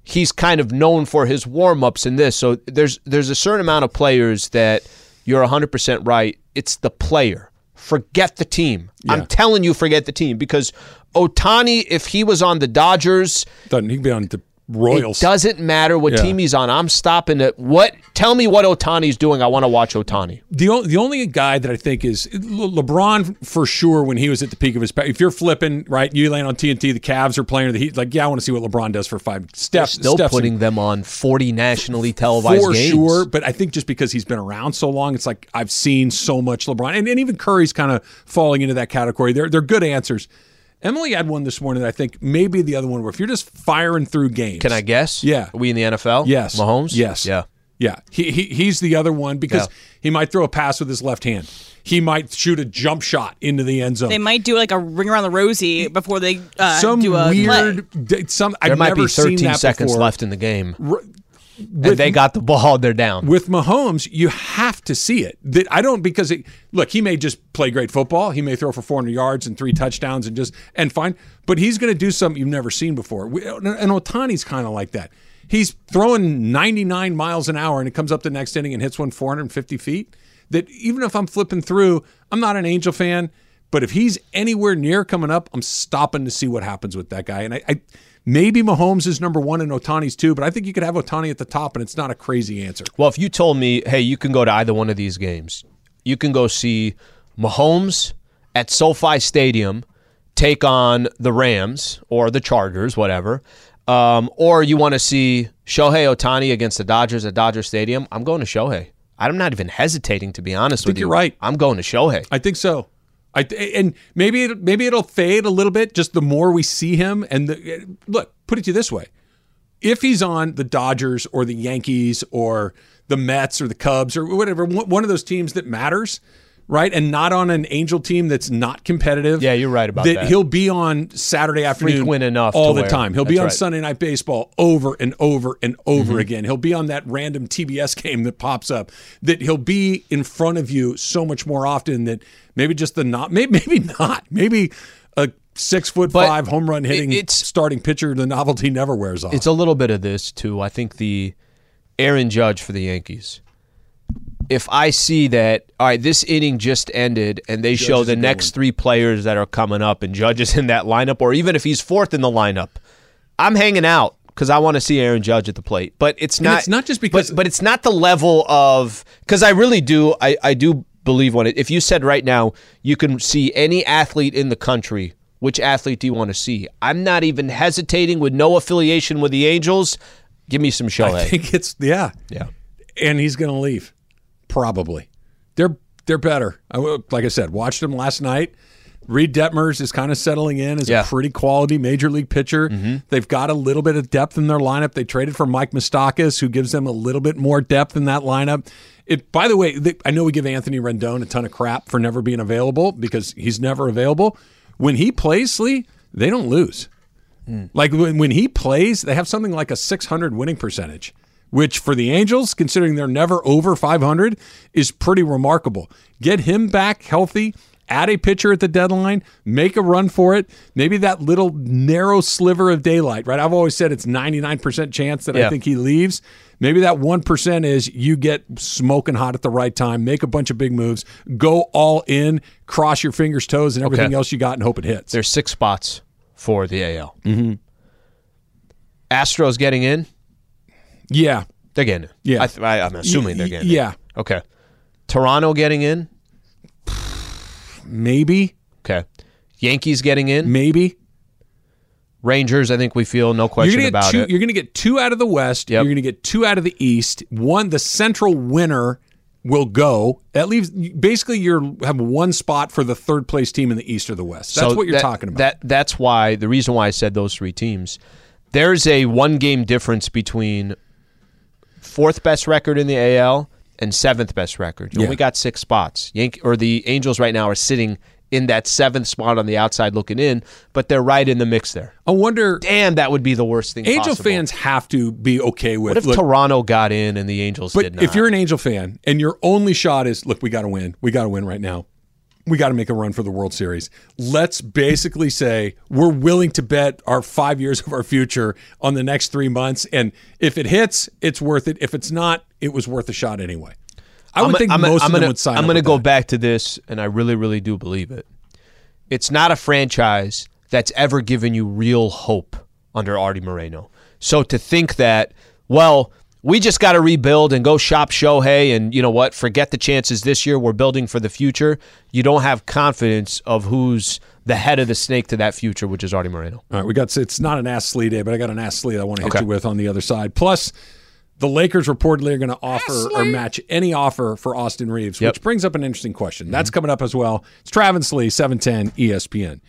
S2: he's kind of known for his warm ups in this. So there's there's a certain amount of players that you're 100% right. It's the player. Forget the team. I'm telling you, forget the team because Otani, if he was on the Dodgers,
S4: Doesn't he can be on the Royals?
S2: it doesn't matter what
S4: Yeah.
S2: team he's on. I'm stopping at what. Tell me what Otani's doing. I want to watch Otani.
S4: The, o- the only guy that I think is Le- LeBron for sure when he was at the peak of his. pa- If you're flipping right, you land on TNT, the Cavs are playing, or the Heat. Like, yeah, I want to see what LeBron does for five. Steph,
S2: Still
S4: Steph's
S2: putting them on 40 nationally televised
S4: for
S2: games.
S4: sure, but I think just because he's been around so long, it's like I've seen so much LeBron, and, and even Curry's kind of falling into that category. They're they're good answers. Emily had one this morning that I think maybe the other one where if you're just firing through games,
S2: Can I guess?
S4: Yeah.
S2: Are we in the NFL?
S4: Yes,
S2: Mahomes?
S4: Yes,
S2: Yeah.
S4: yeah. He, he he's the other one because
S2: Yeah.
S4: he might throw a pass with his left hand. He might shoot a jump shot into the end zone.
S3: They might do like a ring around the rosy before they uh,
S4: some
S3: do a play.
S4: weird, d- some
S2: There
S4: I've
S2: might
S4: never
S2: be
S4: seen
S2: 13
S4: that
S2: seconds
S4: before.
S2: left in the game.
S4: R-
S2: and they got the ball. They're down.
S4: with Mahomes, you have to see it. That I don't because it, look, he may just play great football. He may throw for 400 yards and three touchdowns and just and fine. But he's going to do something you've never seen before. We- And Otani's kind of like that. He's throwing 99 miles an hour and it comes up the next inning and hits one 450 feet. That even if I'm flipping through, I'm not an Angel fan. But if he's anywhere near coming up, I'm stopping to see what happens with that guy. And I, I maybe Mahomes is number one and Otani's two, but I think you could have Otani at the top, and it's not a crazy answer.
S2: Well, if you told me, hey, you can go to either one of these games, you can go see Mahomes at SoFi Stadium take on the Rams or the Chargers, whatever, um, or you want to see Shohei Otani against the Dodgers at Dodger Stadium, I'm going to Shohei. I'm not even hesitating, to be honest with you.
S4: you're right.
S2: I'm going to Shohei.
S4: I think so. I th- and maybe it, maybe it'll fade a little bit just the more we see him. And the, look, put it to you this way: if he's on the Dodgers or the Yankees or the Mets or the Cubs or whatever, one one of those teams that matters, right, and not on an Angel team that's not competitive.
S2: Yeah, you're right about that.
S4: He'll be on Saturday afternoon
S2: Frequent enough to
S4: all the
S2: where-
S4: time. He'll be
S2: that's
S4: on
S2: right.
S4: Sunday Night Baseball over and over and over
S2: Mm-hmm.
S4: again. He'll be on that random TBS game that pops up. That he'll be in front of you so much more often that maybe just the not maybe [laughs] maybe not maybe a six foot
S2: But
S4: five home run hitting
S2: it- it's-
S4: starting pitcher the novelty never wears off.
S2: It's a little bit of this too. I think the Aaron Judge for the Yankees. If I see that, all right, this inning just ended, and they show the next three players that are coming up, and Judge is in that lineup, or even if he's fourth in the lineup, I'm hanging out because I want to see Aaron Judge at the plate. But it's not.
S4: it's not
S2: but-
S4: just because-
S2: but, it's not the level of because I really do. I I do believe on it. If you said right now you can see any athlete in the country, which athlete do you want to see? I'm not even hesitating with no affiliation with the Angels. Give me some
S4: I
S2: Shohei.
S4: think it's yeah
S2: Yeah.
S4: and he's going to leave probably. They're they're better. I w- like I said, watched him last night. Reed Detmers is kind of settling in as
S2: Yeah. Mm-hmm.
S4: a pretty quality major league pitcher. They've got a little bit of depth in their lineup. They traded for Mike Mostakis, who gives them a little bit more depth in that lineup. It, by the way, th- I know we give Anthony Rendon a ton of crap for never being available because he's never available. When he plays, Slee, they don't lose. Mm. Like when, when he plays, they have something like a 600 winning percentage, which for the Angels, considering they're never over 500, is pretty remarkable. Get him back healthy, add a pitcher at the deadline, make a run for it. Maybe that little narrow sliver of daylight, right? I've always said it's 99% chance that I
S2: Yeah.
S4: think he leaves. Maybe that 1% is you get smoking hot at the right time, make a bunch of big moves, go all in, cross your fingers, toes, and everything else you got and hope it hits.
S2: There's six spots for the AL. Mm-hmm. Astros getting in.
S4: yeah.
S2: They're getting in.
S4: Yeah.
S2: I th- I, I'm assuming they're getting. in.
S4: Yeah.
S2: Okay. Toronto getting in.
S4: Maybe.
S2: Okay. Yankees getting in.
S4: Maybe.
S2: Rangers, I think we feel no
S4: You're
S2: question
S4: gonna, get
S2: about
S4: two,
S2: it.
S4: you're gonna get two out of the West.
S2: Yep.
S4: You're gonna get two out of the East. One, the Central winner will go. That leaves basically you have one spot for the third place team in the East or the West. That's
S2: So
S4: what you're
S2: that-
S4: talking about.
S2: That that's why the reason why I said those three teams. There's a one game difference between fourth best record in the AL and seventh best record. You
S4: Yeah.
S2: only got six spots. Yank or the Angels right now are sitting in that seventh spot on the outside looking in, but they're right in the mix there.
S4: I wonder.
S2: Damn, that would be the worst thing.
S4: Angel
S2: possible.
S4: fans have to be okay with.
S2: What if
S4: look,
S2: Toronto got in and the Angels
S4: but
S2: did not?
S4: if you're an Angel fan and your only shot is, look, we got to win. We got to win right now. we got to make a run for the World Series. Let's basically say we're willing to bet our five years of our future on the next three months. And if it hits, it's worth it. If it's not, it was worth a shot anyway. I would
S2: I'm-
S4: think
S2: I'm-
S4: most
S2: I'm
S4: of
S2: gonna,
S4: them would sign
S2: I'm
S4: up
S2: gonna
S4: with
S2: go
S4: that.
S2: back to this, and I really, really do believe it. It's not a franchise that's ever given you real hope under Artie Moreno. So to think that, well, we just got to rebuild and go shop Shohei, and you know what? Forget the chances this year. We're building for the future. You don't have confidence of who's the head of the snake to that future, which is Artie Moreno.
S4: All right, we got it's not an ass Slee day, but I got an ass Slee I want to hit
S2: Okay.
S4: you with on the other side. Plus, the Lakers reportedly are going to offer or match any offer for Austin Reeves,
S2: Yep. Mm-hmm.
S4: E which brings up an interesting question. That's coming up as well. It's Travis Lee, 710 ESPN.